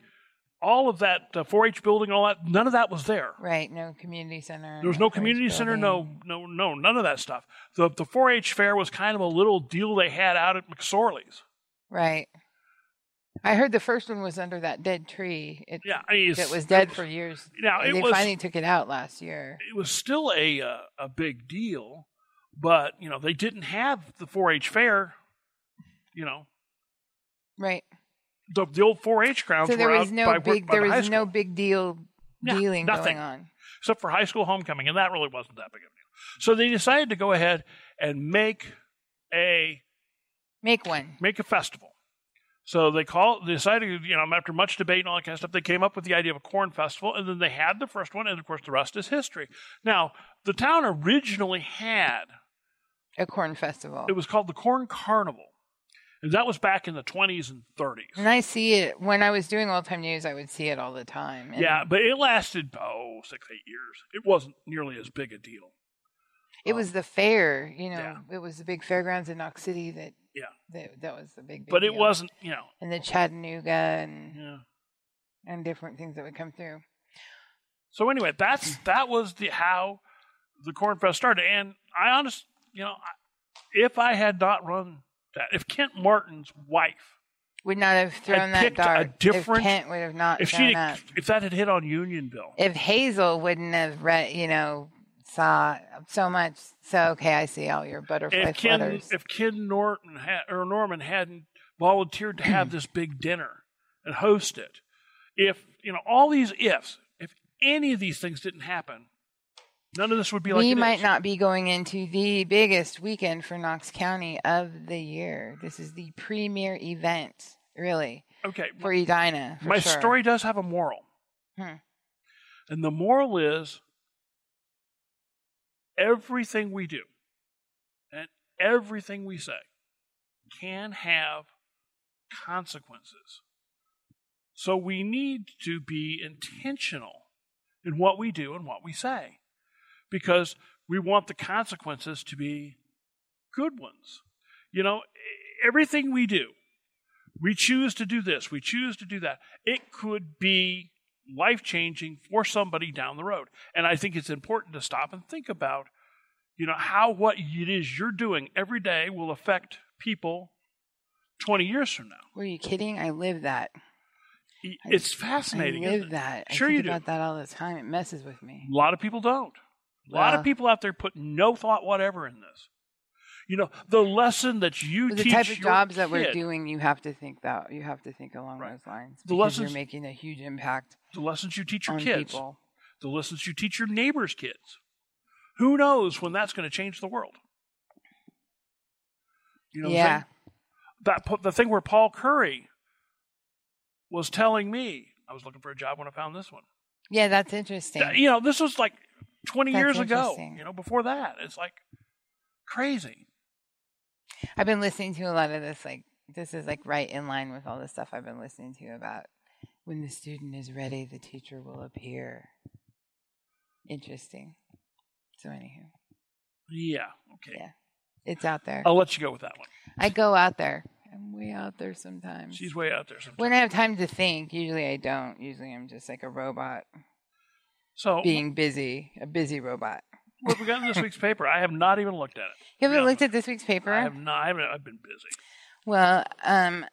Speaker 2: All of that uh, 4-H building, all that, none of that was there.
Speaker 1: Right. No community center.
Speaker 2: There was no
Speaker 1: 4-H
Speaker 2: community center, no,
Speaker 1: building.
Speaker 2: no, no, none of that stuff. The the 4-H fair was kind of a little deal they had out at McSorley's.
Speaker 1: Right. I heard the first one was under that dead tree. It,
Speaker 2: Yeah, I mean, it's-
Speaker 1: That was dead for years.
Speaker 2: Now, it
Speaker 1: they
Speaker 2: was-
Speaker 1: finally took it out last year.
Speaker 2: It was still a uh, a big deal, but you know they didn't have the 4-H fair. You know
Speaker 1: Right.
Speaker 2: the the old 4-H grounds
Speaker 1: So there
Speaker 2: were
Speaker 1: was
Speaker 2: out
Speaker 1: no
Speaker 2: by,
Speaker 1: big
Speaker 2: by
Speaker 1: there
Speaker 2: the high
Speaker 1: was no
Speaker 2: school,
Speaker 1: big deal
Speaker 2: Yeah,
Speaker 1: dealing
Speaker 2: nothing.
Speaker 1: going on.
Speaker 2: except for high school homecoming, and that really wasn't that big of a deal. So they decided to go ahead and make a
Speaker 1: Make one.
Speaker 2: make a festival. So they call they decided, you know, after much debate and all that kind of stuff, they came up with the idea of a corn festival, and then they had the first one, and of course the rest is history. Now, the town originally had
Speaker 1: A corn festival.
Speaker 2: it was called the Corn Carnival. And that was back in the twenties and thirties.
Speaker 1: and I see it when I was doing old time news I would see it all the time. And
Speaker 2: Yeah, but it lasted oh, six, eight years. It wasn't nearly as big a deal.
Speaker 1: It was the fair, you know,
Speaker 2: Yeah.
Speaker 1: it was the big fairgrounds in Knox City that
Speaker 2: Yeah.
Speaker 1: that, that was the big, big
Speaker 2: But it
Speaker 1: deal.
Speaker 2: wasn't, you know,
Speaker 1: and the Chattanooga and
Speaker 2: yeah.
Speaker 1: and different things that would come through.
Speaker 2: So anyway, that's that was the how the corn fest started. And I honest, you know, I- if I had not run that, if Kent Martin's wife,
Speaker 1: Would not have thrown that
Speaker 2: picked a
Speaker 1: dart.
Speaker 2: different-
Speaker 1: if Kent would have not
Speaker 2: if
Speaker 1: thrown
Speaker 2: she
Speaker 1: that.
Speaker 2: if that had hit on Unionville,
Speaker 1: if Hazel wouldn't have read, you know, saw so much. So okay, I see all your butterfly
Speaker 2: if Ken
Speaker 1: flutters.
Speaker 2: if Ken Norton had, or Norman hadn't volunteered to have this big dinner and host it, if you know all these ifs, if any of these things didn't happen, none of this would be like
Speaker 1: we
Speaker 2: it
Speaker 1: might
Speaker 2: is.
Speaker 1: not be going into the biggest weekend for Knox County of the year. This is the premier event, really,
Speaker 2: Okay,
Speaker 1: for Edina. for
Speaker 2: my
Speaker 1: sure.
Speaker 2: story does have a moral.
Speaker 1: Hmm.
Speaker 2: And the moral is everything we do and everything we say can have consequences. So we need to be intentional in what we do and what we say because we want the consequences to be good ones. You know, e- everything we do, we choose to do this, we choose to do that. It could be life changing for somebody down the road. And I think it's important to stop and think about, you know, how what it is you're doing every day will affect people 20 years from now.
Speaker 1: Were you kidding? I live that.
Speaker 2: I-
Speaker 1: I-
Speaker 2: It's fascinating.
Speaker 1: I
Speaker 2: isn't
Speaker 1: live
Speaker 2: it?
Speaker 1: that.
Speaker 2: Sure
Speaker 1: I think
Speaker 2: you do.
Speaker 1: about that all the time. It messes with me.
Speaker 2: A lot of people don't. A lot
Speaker 1: Well-
Speaker 2: of people out there put no thought whatever in this. You know, the lesson that you
Speaker 1: With
Speaker 2: teach
Speaker 1: the type of
Speaker 2: your
Speaker 1: jobs that we're
Speaker 2: kid-
Speaker 1: doing, you have to think that you have to think along
Speaker 2: Right.
Speaker 1: those lines
Speaker 2: The
Speaker 1: because
Speaker 2: lessons-
Speaker 1: you're making a huge impact
Speaker 2: the lessons you teach your
Speaker 1: on
Speaker 2: kids,
Speaker 1: people.
Speaker 2: the lessons you teach your neighbors' kids. Who knows when that's going to change the world? You know what I'm
Speaker 1: yeah.
Speaker 2: saying? that pu- the thing where Paul Curry was telling me I was looking for a job when I found this one.
Speaker 1: Yeah, that's interesting.
Speaker 2: That- you know, this was like 20
Speaker 1: That's
Speaker 2: years ago.
Speaker 1: interesting.
Speaker 2: You know, before that, it's like crazy.
Speaker 1: I've been listening to a lot of this. Like this is like right in line with all the stuff I've been listening to about when the student is ready, the teacher will appear. Interesting. So anywho,
Speaker 2: Yeah. Okay. Oh.
Speaker 1: Yeah. it's out there.
Speaker 2: I'll let you go with that one.
Speaker 1: I go out there. I'm way out there sometimes.
Speaker 2: She's way out there. Sometimes.
Speaker 1: when I have time to think, usually I don't. Usually I'm just like a robot
Speaker 2: so
Speaker 1: being busy, a busy robot.
Speaker 2: what have we got in this week's paper? I have not even looked at it.
Speaker 1: You haven't
Speaker 2: Yeah.
Speaker 1: looked at this week's paper?
Speaker 2: I have not. I haven't, I've been busy.
Speaker 1: Well, um,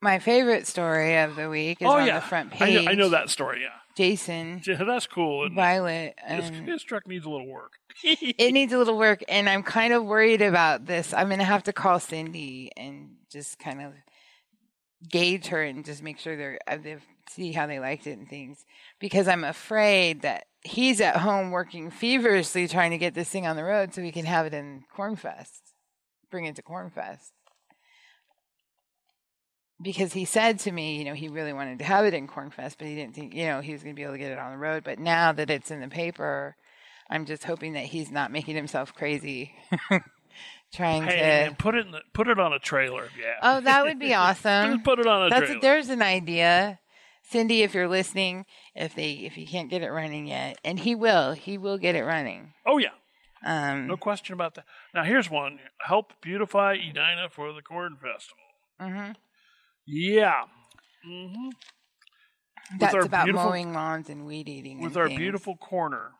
Speaker 1: my favorite story of the week is
Speaker 2: oh
Speaker 1: on
Speaker 2: yeah,
Speaker 1: the front
Speaker 2: I
Speaker 1: page.
Speaker 2: know, I know that story. Yeah,
Speaker 1: Jason,
Speaker 2: Yeah, that's cool. And
Speaker 1: Violet,
Speaker 2: his,
Speaker 1: um,
Speaker 2: his truck needs a little work.
Speaker 1: it needs a little work, and I'm kind of worried about this. I'm gonna have to call Cindy and just kind of gauge her and just make sure they're uh, they see how they liked it and things because I'm afraid that he's at home working feverishly trying to get this thing on the road so we can have it in Cornfest, bring it to Cornfest. Because he said to me, you know, he really wanted to have it in Cornfest, but he didn't think, you know, he was going to be able to get it on the road. But now that it's in the paper, I'm just hoping that he's not making himself crazy trying
Speaker 2: Hey,
Speaker 1: to.
Speaker 2: and put it in the, put it on a trailer. Yeah.
Speaker 1: Oh, that would be awesome.
Speaker 2: Just put it on a
Speaker 1: That's
Speaker 2: trailer.
Speaker 1: there's an idea, Cindy. If you're listening, if they if you can't get it running yet, and he will, he will get it running.
Speaker 2: oh yeah,
Speaker 1: Um,
Speaker 2: no question about that. Now here's one: help beautify Edina for the corn festival.
Speaker 1: mhm.
Speaker 2: Yeah. hmm
Speaker 1: that's
Speaker 2: our
Speaker 1: about
Speaker 2: beautiful-
Speaker 1: mowing lawns and weed eating.
Speaker 2: With
Speaker 1: and
Speaker 2: our
Speaker 1: things.
Speaker 2: beautiful corner.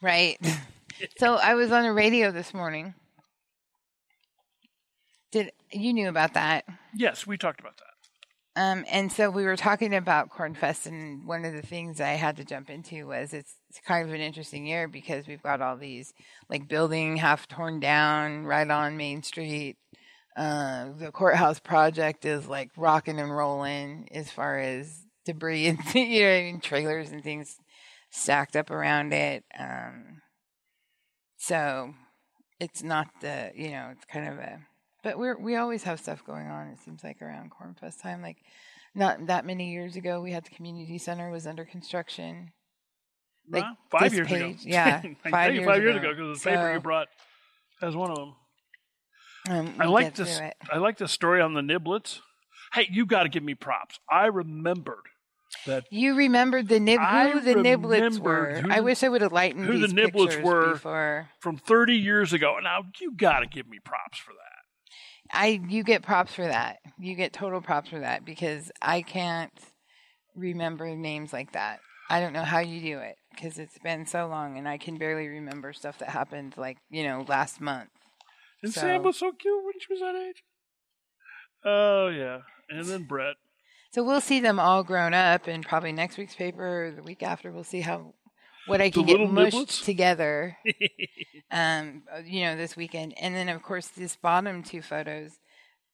Speaker 1: right. so I was on the radio this morning. Did you knew about that?
Speaker 2: Yes, we talked about that.
Speaker 1: Um, and so we were talking about Cornfest, and one of the things I had to jump into was it's kind of an interesting year because we've got all these like building half torn down right on Main Street. Uh, the courthouse project is like rocking and rolling as far as debris and you know, what I mean, trailers and things stacked up around it. Um, so it's not the you know it's kind of a but we're we always have stuff going on. It seems like around Cornfest time, like not that many years ago, we had the community center was under construction. Like
Speaker 2: Huh? five
Speaker 1: this
Speaker 2: years ago.
Speaker 1: page, yeah,
Speaker 2: I can tell
Speaker 1: five
Speaker 2: you
Speaker 1: years
Speaker 2: five years
Speaker 1: ago.
Speaker 2: ago because the paper you
Speaker 1: So-
Speaker 2: brought has one of them.
Speaker 1: Um,
Speaker 2: I
Speaker 1: we'll
Speaker 2: like
Speaker 1: get through
Speaker 2: this.
Speaker 1: it.
Speaker 2: I like this story on the niblets. Hey, you got to give me props. I remembered that
Speaker 1: You remembered the nib
Speaker 2: I
Speaker 1: who the niblets
Speaker 2: remembered
Speaker 1: were.
Speaker 2: who
Speaker 1: I
Speaker 2: the-
Speaker 1: wish I would have lightened
Speaker 2: who the
Speaker 1: these
Speaker 2: niblets
Speaker 1: pictures
Speaker 2: were.
Speaker 1: before.
Speaker 2: from 30 years ago. Now you got to give me props for that.
Speaker 1: I you get props for that. You get total props for that because I can't remember names like that. I don't know how you do it because it's been so long and I can barely remember stuff that happened like, you know, last month.
Speaker 2: And
Speaker 1: So-
Speaker 2: Sam was so cute when she was that age. Oh yeah, and then Brett.
Speaker 1: So we'll see them all grown up and probably next week's paper or the week after we'll see how what I
Speaker 2: The
Speaker 1: can get
Speaker 2: little
Speaker 1: mushed
Speaker 2: niblets?
Speaker 1: together. um, you know, this weekend. And then of course this bottom two photos.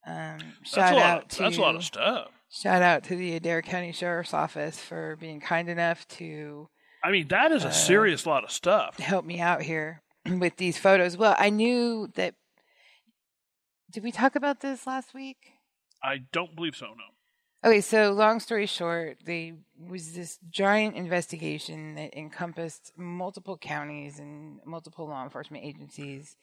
Speaker 1: Um,
Speaker 2: That's
Speaker 1: shout
Speaker 2: a lot.
Speaker 1: out
Speaker 2: Of,
Speaker 1: to
Speaker 2: that's a lot of stuff.
Speaker 1: Shout out to the Adair County Sheriff's Office for being kind enough to
Speaker 2: I mean, that is a
Speaker 1: Uh,
Speaker 2: serious lot of stuff.
Speaker 1: help me out here with these photos. Well, I knew that. Did we talk about this last week?
Speaker 2: I don't believe so. No.
Speaker 1: Okay, so long story short, there was this giant investigation that encompassed multiple counties and multiple law enforcement agencies.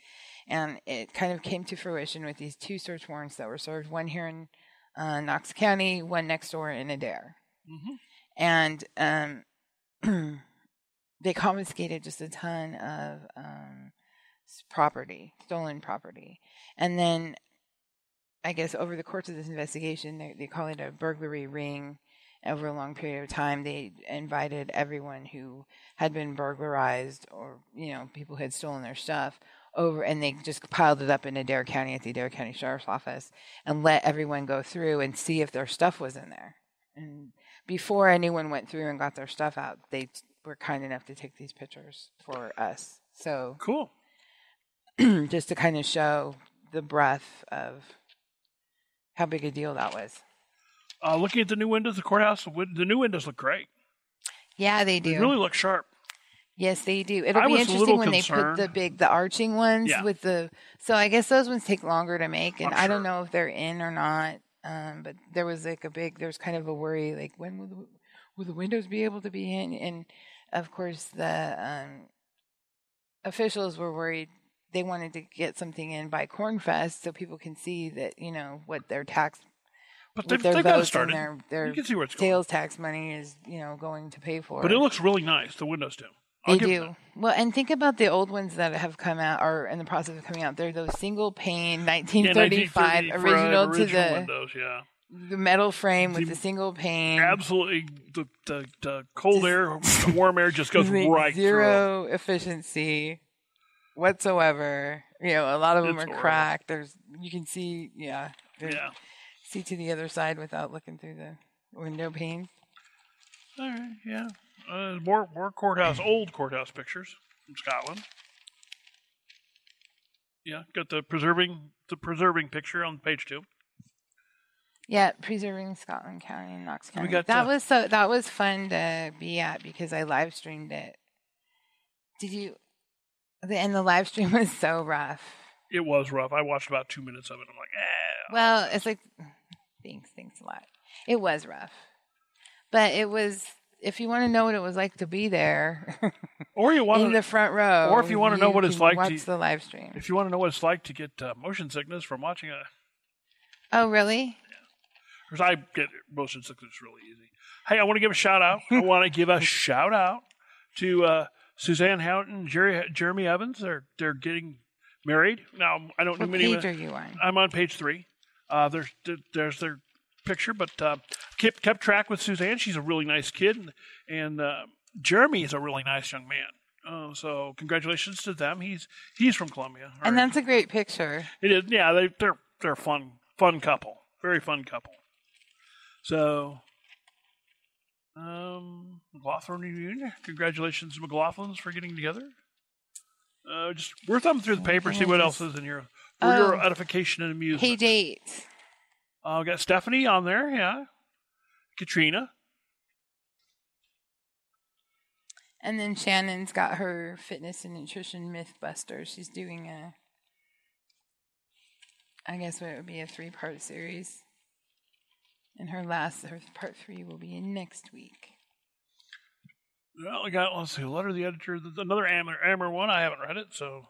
Speaker 1: And it kind of came to fruition with these two search warrants that were served one here in uh, Knox County, one next door in Adair.
Speaker 2: hmm
Speaker 1: and um, they confiscated just a ton of um, s- property, stolen property, and then I guess over the course of this investigation, they, they call it a burglary ring. Over a long period of time, they invited everyone who had been burglarized or you know people who had stolen their stuff over, and they just piled it up in Adair County at the Adair County Sheriff's Office and let everyone go through and see if their stuff was in there. And before anyone went through and got their stuff out, they t- were kind enough to take these pictures for us. So
Speaker 2: Cool.
Speaker 1: just to kind of show the breadth of how big a deal that was.
Speaker 2: Uh, looking at the new windows of the courthouse, the win- the new windows look great.
Speaker 1: Yeah, they
Speaker 2: They
Speaker 1: do.
Speaker 2: really look sharp.
Speaker 1: Yes, they do. It'll
Speaker 2: I
Speaker 1: be
Speaker 2: was a
Speaker 1: interesting
Speaker 2: little
Speaker 1: when
Speaker 2: concerned.
Speaker 1: they put the big, the arching ones
Speaker 2: Yeah.
Speaker 1: with the. So I guess those ones take longer to make, and
Speaker 2: I'm
Speaker 1: I don't
Speaker 2: sure.
Speaker 1: know if they're in or not. Um, but there was like a big, there was kind of a worry, like when will the, will the windows be able to be in? And of course, the um, officials were worried. They wanted to get something in by Cornfest so people can see that you know what their tax,
Speaker 2: But
Speaker 1: what
Speaker 2: they've,
Speaker 1: their
Speaker 2: they've got it
Speaker 1: votes
Speaker 2: started.
Speaker 1: and their their
Speaker 2: you can see where it's going.
Speaker 1: sales tax money is you know going to pay for.
Speaker 2: But it looks really nice. The windows do. I'll
Speaker 1: They
Speaker 2: give it
Speaker 1: do. Well, and think about the old ones that have come out or in the process of coming out. They're those single pane
Speaker 2: that. Yeah,
Speaker 1: 1935
Speaker 2: 1935
Speaker 1: original, to
Speaker 2: original
Speaker 1: the,
Speaker 2: windows. Yeah,
Speaker 1: the metal frame with
Speaker 2: The-
Speaker 1: the single pane.
Speaker 2: absolutely. The, the, the cold air, the warm air just goes
Speaker 1: Like
Speaker 2: right
Speaker 1: zero efficiency whatsoever. You know, a lot of them
Speaker 2: It's
Speaker 1: are
Speaker 2: horrible.
Speaker 1: cracked. There's you can see, yeah,
Speaker 2: through.
Speaker 1: there's-
Speaker 2: Yeah.
Speaker 1: see to the other side without looking through the window pane.
Speaker 2: All right. Yeah. Uh, more more courthouse, old courthouse pictures from Scotland. Yeah, got the preserving the preserving picture on page two.
Speaker 1: Yeah, preserving Scotland County and Knox County.
Speaker 2: got
Speaker 1: that
Speaker 2: to-
Speaker 1: was so that was fun to be at because I live streamed it. Did you? The, and the live stream was so rough.
Speaker 2: It was rough. I watched about two minutes of it. I'm like, eh.
Speaker 1: Well, it's like thanks, thanks a lot. It was rough, but it was. If you want to know what it was like to be there
Speaker 2: Or you want
Speaker 1: in the front row,
Speaker 2: or if you wanna know what it's
Speaker 1: can
Speaker 2: like to-
Speaker 1: watch the live stream.
Speaker 2: if you want to know what it's like to get uh, motion sickness from watching a
Speaker 1: oh, really?
Speaker 2: Because I get motion sickness really easy. Hey, I want to give a shout out. I want to give a shout out to uh, Suzanne Houghton and Jerry, Jeremy Evans. They're they're getting married now. I don't know
Speaker 1: What
Speaker 2: many.
Speaker 1: page are you on?
Speaker 2: I'm on page three. Uh, there's there's their picture, but uh, kept kept track with Suzanne. She's a really nice kid, and, and uh, Jeremy is a really nice young man. Uh, so congratulations to them. He's he's from Columbia.
Speaker 1: And
Speaker 2: or-
Speaker 1: that's a great picture.
Speaker 2: it is. Yeah, they, they're they're a fun fun couple. Very fun couple. So, um, McLaughlin reunion. Congratulations, McLaughlins, for getting together. Uh, just we're thumbing through the paper, see what else is in here for your
Speaker 1: Oh.
Speaker 2: edification and amusement.
Speaker 1: Hey, date.
Speaker 2: Uh, we got Stephanie on there. Yeah, Katrina.
Speaker 1: And then Shannon's got her fitness and nutrition mythbuster. She's doing a, I guess what it would be a three part series. And her last, her part three will be in next week.
Speaker 2: Well, we got let's see, letter to the editor. There's another Amber, Amber one. I haven't read it, so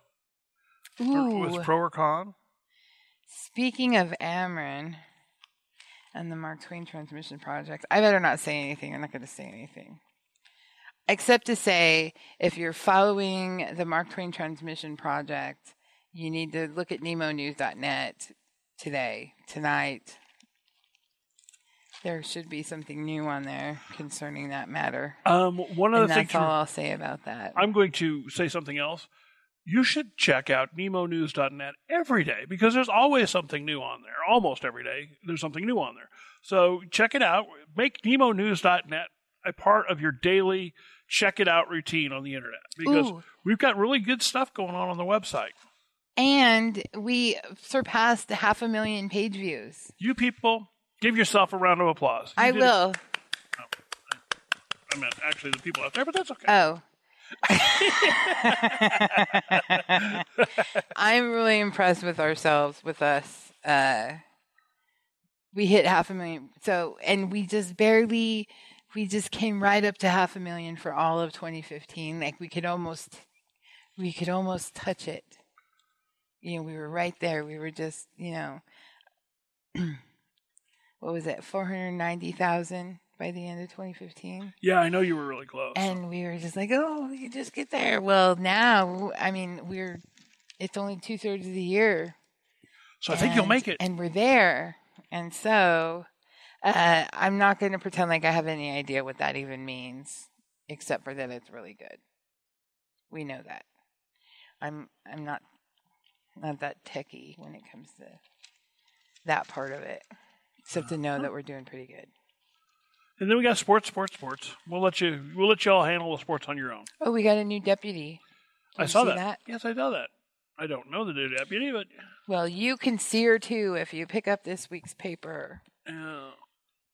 Speaker 2: it was
Speaker 1: Ooh,
Speaker 2: pro or con.
Speaker 1: speaking of Amron and the Mark Twain Transmission Project, I better not say anything. I'm not going to say anything. Except to say, if you're following the Mark Twain Transmission Project, you need to look at nemonews.net today, tonight. There should be something new on there concerning that matter.
Speaker 2: Um, one other
Speaker 1: And
Speaker 2: thing
Speaker 1: that's
Speaker 2: to
Speaker 1: all I'll say about that.
Speaker 2: I'm going to say something else. You should check out nemonews.net every day because there's always something new on there. Almost every day, there's something new on there. So check it out. Make nemonews.net a part of your daily check it out routine on the internet because
Speaker 1: Ooh.
Speaker 2: we've got really good stuff going on on the website.
Speaker 1: And we surpassed half a million page views.
Speaker 2: You people, give yourself a round of applause. You
Speaker 1: I
Speaker 2: did it.
Speaker 1: will.
Speaker 2: I meant actually the people out there, but that's okay.
Speaker 1: Oh. I'm really impressed with ourselves, with us. Uh, we hit half a million. So, and we just barely, we just came right up to half a million for all of 2015. Like we could almost, we could almost touch it. You know, we were right there. We were just, you know, what was it, 490,000 by the end of 2015?
Speaker 2: yeah, I know you were really close.
Speaker 1: and we were just like, oh, we could just get there. Well, now, I mean, we're it's only two thirds of the year.
Speaker 2: so I think you'll
Speaker 1: and-
Speaker 2: make it.
Speaker 1: and we're there. And so, uh, I'm not going to pretend like I have any idea what that even means, except for that it's really good. We know that. I'm I'm not not that techie when it comes to that part of it, except to know
Speaker 2: Uh-huh.
Speaker 1: that we're doing pretty good.
Speaker 2: and then we got sports, sports, sports. We'll let you we'll let y'all handle the sports on your own.
Speaker 1: Oh, we got a new deputy. Did
Speaker 2: I
Speaker 1: you
Speaker 2: saw
Speaker 1: see
Speaker 2: that.
Speaker 1: that?
Speaker 2: Yes, I know that. I don't know the new deputy, but
Speaker 1: Well, you can see her too if you pick up this week's paper.
Speaker 2: uh,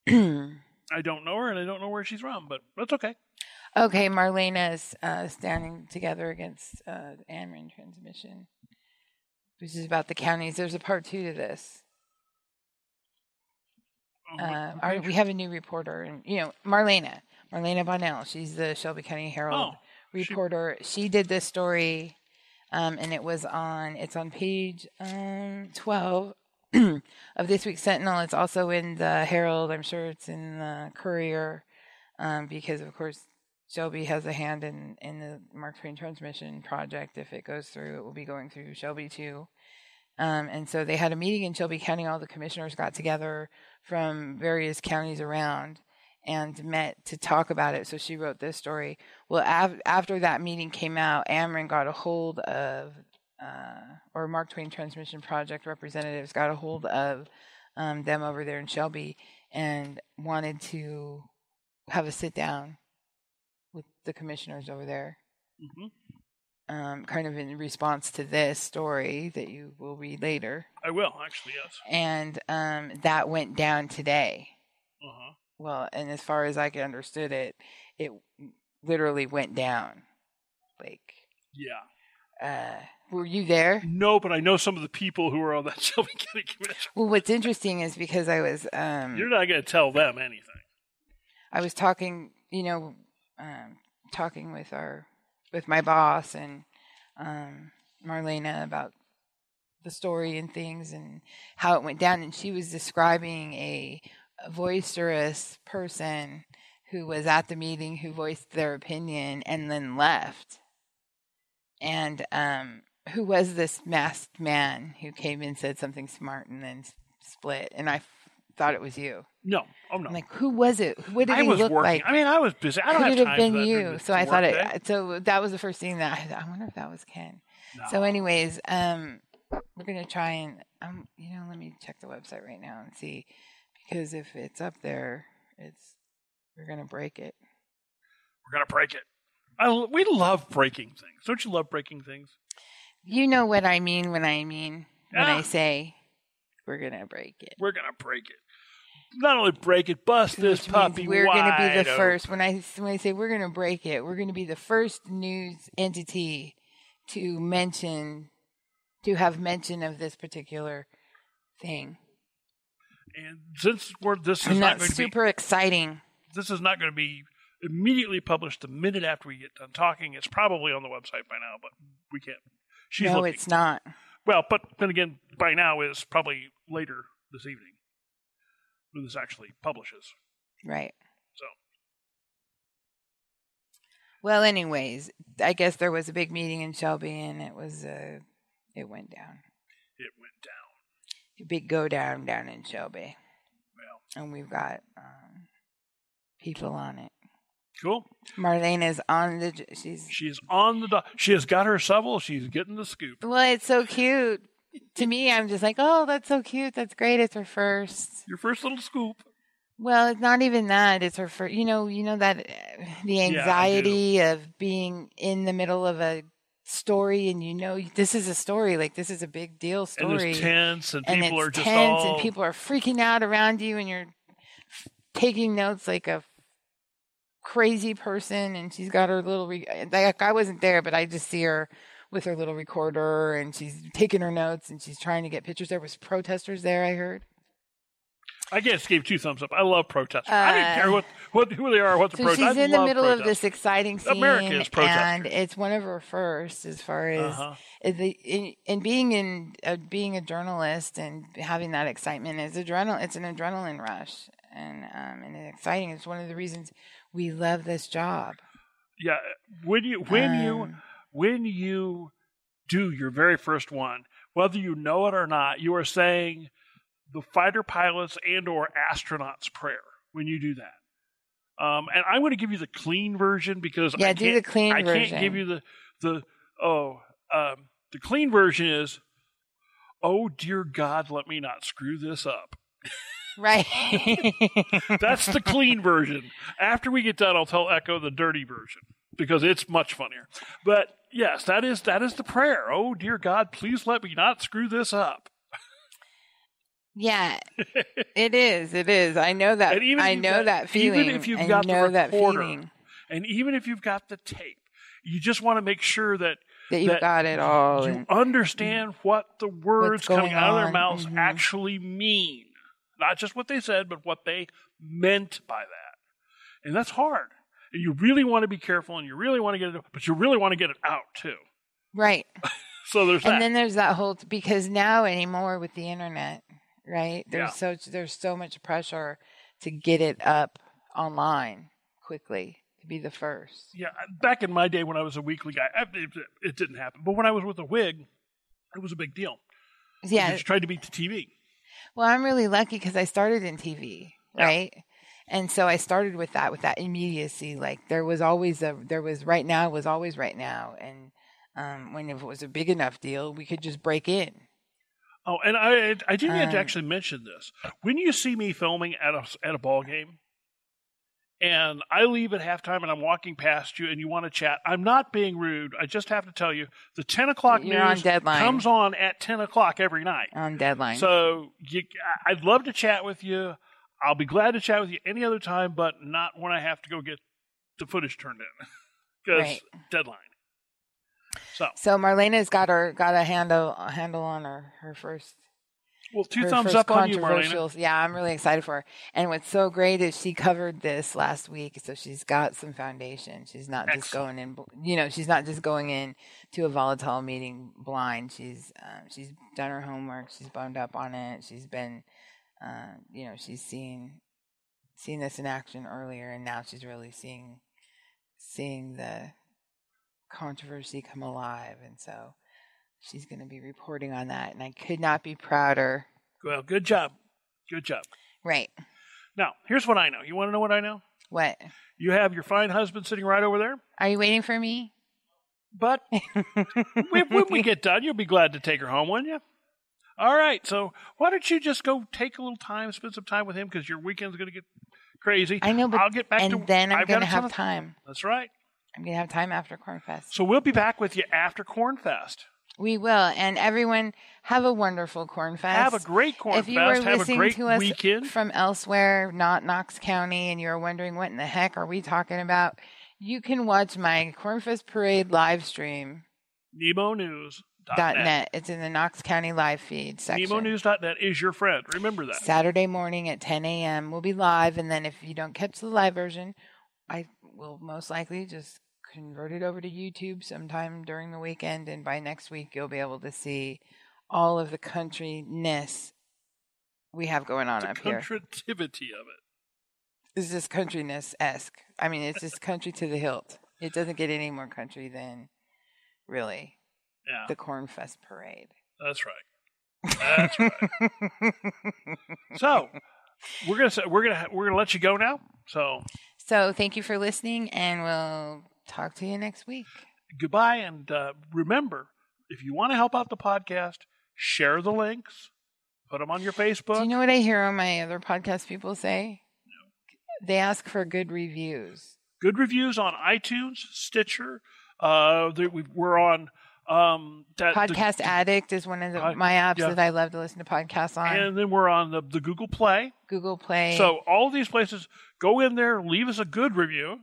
Speaker 1: oh,
Speaker 2: I don't know her and I don't know where she's from. But that's okay.
Speaker 1: Okay, Marlena is uh, standing together against uh, the Ameren transmission, which is about the counties. There's a part two to this.
Speaker 2: Oh, what-
Speaker 1: Uh,
Speaker 2: what
Speaker 1: our,
Speaker 2: page?
Speaker 1: we have a new reporter, and you know Marlena, Marlena Bonnell. She's the Shelby County Herald
Speaker 2: Oh, she-
Speaker 1: reporter. She, did this story, um, and it was on. It's on page um, twelve of this week's Sentinel. It's also in the Herald. I'm sure it's in the Courier, um, because of course Shelby has a hand in in the Mark Twain transmission project. If it goes through, it will be going through Shelby too. Um, and so they had a meeting in Shelby County. All the commissioners got together from various counties around and met to talk about it. So she wrote this story. Well, af- after that meeting came out, Ameren got a hold of, uh, or Mark Twain Transmission Project representatives got a hold of um, them over there in Shelby and wanted to have a sit down with the commissioners over there
Speaker 2: Mhm.
Speaker 1: um, kind of in response to this story that you will read later.
Speaker 2: I will actually. Yes.
Speaker 1: And um, that went down today.
Speaker 2: Uh huh.
Speaker 1: Well, and as far as I could understood it, it literally went down. Like,
Speaker 2: Yeah.
Speaker 1: uh, were you there?
Speaker 2: No, but I know some of the people who are on that Shelby County Commission.
Speaker 1: Well, what's interesting is because I was um,
Speaker 2: You're not going to tell them anything.
Speaker 1: I was talking, you know, um, talking with our with my boss and um, Marlena about the story and things and how it went down, and she was describing a, a boisterous person who was at the meeting who voiced their opinion and then left, and um, who was this masked man who came and said something smart and then s- split, and I f- thought it was you.
Speaker 2: No. Oh no.
Speaker 1: I'm like, who was it? What did
Speaker 2: I
Speaker 1: he
Speaker 2: was
Speaker 1: look
Speaker 2: working.
Speaker 1: like?
Speaker 2: I mean, I was busy. I
Speaker 1: Could
Speaker 2: don't have
Speaker 1: it
Speaker 2: time
Speaker 1: have
Speaker 2: for
Speaker 1: been
Speaker 2: that during
Speaker 1: you?
Speaker 2: the
Speaker 1: So I thought it.
Speaker 2: workday.
Speaker 1: uh, So that was the first thing that I, thought, I wonder if that was Ken. So,
Speaker 2: No.
Speaker 1: anyways, um, we're gonna try and um, you know, let me check the website right now and see because if it's up there, it's we're gonna break it.
Speaker 2: we're going to break it. I, l- we love breaking things. Don't you love breaking things?
Speaker 1: You know what I mean when I mean when
Speaker 2: Ah.
Speaker 1: I say we're gonna break it.
Speaker 2: We're going to break it. Not only break it, bust this
Speaker 1: Which means
Speaker 2: puppy
Speaker 1: We're
Speaker 2: wide
Speaker 1: gonna be the
Speaker 2: open.
Speaker 1: first. When I when I say we're gonna break it, we're gonna be the first news entity to mention to have mention of this particular thing.
Speaker 2: And since we're this is
Speaker 1: And
Speaker 2: not
Speaker 1: that's
Speaker 2: going to be
Speaker 1: super exciting.
Speaker 2: this is not going to be immediately published the minute after we get done talking. It's probably on the website by now, but we can't. She's
Speaker 1: no,
Speaker 2: looking.
Speaker 1: it's not.
Speaker 2: Well, but then again, by now is probably later this evening when this actually publishes.
Speaker 1: Right.
Speaker 2: So
Speaker 1: Well, anyways, I guess there was a big meeting in Shelby, and it was uh, it went down.
Speaker 2: it went down.
Speaker 1: A big go down down in Shelby,
Speaker 2: Well,
Speaker 1: and we've got um, people on it.
Speaker 2: cool.
Speaker 1: Marlena's on the. j- She's
Speaker 2: She's on the. Do- she has got her shovel. She's getting the scoop.
Speaker 1: Well, it's so cute. To me, I'm just like, oh, that's so cute. That's great. It's her first.
Speaker 2: Your first little scoop.
Speaker 1: Well, it's not even that. It's her first. You know, you know that uh, the
Speaker 2: I do.
Speaker 1: anxiety of being in the middle of a story, and you know this is a story. Like this is a big deal
Speaker 2: And
Speaker 1: story,
Speaker 2: there's tents, and
Speaker 1: and
Speaker 2: people
Speaker 1: it's
Speaker 2: are just
Speaker 1: tense,
Speaker 2: all.
Speaker 1: and people are freaking out around you, and you're f- taking notes like a crazy person. And she's got her little. Re- like I wasn't there, but I just see her with her little recorder, and she's taking her notes, and she's trying to get pictures. There was protesters there, I heard.
Speaker 2: I guess gave two thumbs up. I love protesters. I don't
Speaker 1: Uh,
Speaker 2: care what, what who they are, what the
Speaker 1: So
Speaker 2: protest.
Speaker 1: she's
Speaker 2: I
Speaker 1: in the
Speaker 2: love
Speaker 1: middle of
Speaker 2: protesters.
Speaker 1: this exciting scene,
Speaker 2: America is
Speaker 1: and
Speaker 2: protesters.
Speaker 1: it's one of her first as far as
Speaker 2: Uh-huh.
Speaker 1: is the in, and being in uh, being a journalist and having that excitement is adrenaline. It's an adrenaline rush, and um, and it's exciting. It's one of the reasons we love this job.
Speaker 2: Yeah, when you when you
Speaker 1: Um,
Speaker 2: when you do your very first one, whether you know it or not, you are saying the fighter pilots and or astronauts prayer when you do that. Um, and I'm going to give you the clean version because
Speaker 1: Yeah,
Speaker 2: I
Speaker 1: do
Speaker 2: can't,
Speaker 1: the clean
Speaker 2: I
Speaker 1: version.
Speaker 2: can't give you the the oh um, the clean version is oh dear God, let me not screw this up.
Speaker 1: right.
Speaker 2: That's the clean version. After we get done, I'll tell Echo the dirty version because it's much funnier. But yes, that is that is the prayer. Oh dear God, please let me not screw this up.
Speaker 1: yeah, it is. It is. I know that.
Speaker 2: And even if
Speaker 1: I
Speaker 2: you've
Speaker 1: know
Speaker 2: got-
Speaker 1: that
Speaker 2: even
Speaker 1: feeling.
Speaker 2: if you've
Speaker 1: I
Speaker 2: got the
Speaker 1: know that
Speaker 2: recorder,
Speaker 1: feeling.
Speaker 2: And even if you've got the tape, you just want to make sure that
Speaker 1: that you've
Speaker 2: that
Speaker 1: got it all.
Speaker 2: you
Speaker 1: and-
Speaker 2: understand what the words
Speaker 1: Oh, going
Speaker 2: coming out of their
Speaker 1: on,
Speaker 2: mouths
Speaker 1: mhm.
Speaker 2: actually mean. Not just what they said, but what they meant by that. And that's hard. And you really want to be careful and you really want to get it, but you really want to get it out too.
Speaker 1: right.
Speaker 2: So there's that.
Speaker 1: And then there's that whole because now anymore with the internet, right? There's so there's so much pressure to get it up online quickly to be the first.
Speaker 2: yeah, back in my day when I was a weekly guy, I- it, it didn't happen. But when I was with a wig, it was a big deal.
Speaker 1: Yeah.
Speaker 2: You tried to beat the TV.
Speaker 1: Well, I'm really lucky because I started in TV, right? And so I started with that, with that immediacy. Like there was always a, there was right now was always right now, and um, when it was a big enough deal, we could just break in.
Speaker 2: Oh, and I I didn't yet
Speaker 1: Um,
Speaker 2: actually mention this. When you see me filming at a at a ball game, and I leave at halftime, and I'm walking past you, and you want to chat, I'm not being rude. I just have to tell you the ten o'clock
Speaker 1: You're on
Speaker 2: news
Speaker 1: deadline.
Speaker 2: comes on at ten o'clock every night.
Speaker 1: on deadline.
Speaker 2: So you, I- I'd love to chat with you. I'll be glad to chat with you any other time, but not when I have to go get the footage turned in because
Speaker 1: Right.
Speaker 2: deadline. So
Speaker 1: so Marlena's got her got a handle a handle on her her first
Speaker 2: well, two
Speaker 1: her
Speaker 2: thumbs
Speaker 1: first
Speaker 2: up on you, Marlena.
Speaker 1: controversials. Yeah, I'm really excited for her. And what's so great is she covered this last week, so she's got some foundation. She's not just going in, bl- you know, she's not just going in to a volatile meeting blind. She's um, she's done her homework. She's boned up on it. She's been, uh, you know, she's seen seen this in action earlier, and now she's really seeing seeing the controversy come alive. And so she's going to be reporting on that, and I could not be prouder.
Speaker 2: Well, good job, good job.
Speaker 1: Right.
Speaker 2: Now, here's what I know. You want to know what I know?
Speaker 1: What?
Speaker 2: You have your fine husband sitting right over there,
Speaker 1: Are you waiting for me?
Speaker 2: but when, when we get done, you'll be glad to take her home, wouldn't you? All right. So why don't you just go take a little time, spend some time with him, because your weekend's going to get crazy.
Speaker 1: I know, but
Speaker 2: I'll get back
Speaker 1: and
Speaker 2: to
Speaker 1: then I'm
Speaker 2: I've got
Speaker 1: gonna have
Speaker 2: something-
Speaker 1: time.
Speaker 2: That's right.
Speaker 1: I'm gonna have time after Cornfest.
Speaker 2: So we'll be back with you after Cornfest.
Speaker 1: We will, and everyone have a wonderful Cornfest.
Speaker 2: Have a great Cornfest.
Speaker 1: If you were
Speaker 2: have a
Speaker 1: listening
Speaker 2: great
Speaker 1: to us
Speaker 2: weekend.
Speaker 1: from elsewhere, not Knox County, and you're wondering what in the heck are we talking about, you can watch my Cornfest Parade live stream dot
Speaker 2: NemoNews.net.
Speaker 1: net. It's in the Knox County live feed section.
Speaker 2: NemoNews.net is your friend. Remember that.
Speaker 1: Saturday morning at 10 a.m. We'll be live, and then if you don't catch the live version, I will most likely just convert it over to YouTube sometime during the weekend, and by next week you'll be able to see all of the countryness we have going on
Speaker 2: The
Speaker 1: up here.
Speaker 2: contrativity of it.
Speaker 1: This is countryness esque. I mean, it's just country to the hilt. It doesn't get any more country than really
Speaker 2: Yeah.
Speaker 1: the Cornfest parade.
Speaker 2: That's right. That's right. so we're gonna say, we're gonna we're gonna let you go now. So
Speaker 1: so thank you for listening, and we'll talk to you next week.
Speaker 2: goodbye, and uh, remember, if you want to help out the podcast, share the links, put them on your Facebook.
Speaker 1: Do you know what I hear on my other podcast people say? They ask for good reviews.
Speaker 2: Good reviews on iTunes, Stitcher. Uh, that we, we're on um, that the-
Speaker 1: Podcast Addict is one of the,
Speaker 2: Pod-
Speaker 1: my apps
Speaker 2: yeah.
Speaker 1: that I love to listen to podcasts on.
Speaker 2: and then we're on the, the Google Play.
Speaker 1: Google Play.
Speaker 2: So all these places, go in there, leave us a good review.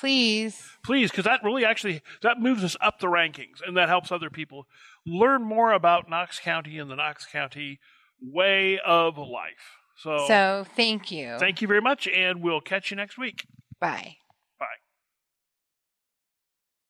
Speaker 1: please,
Speaker 2: please because that really actually that moves us up the rankings and that helps other people learn more about knox county and the knox county way of life so,
Speaker 1: so thank you.
Speaker 2: thank you very much and we'll catch you next week
Speaker 1: Bye.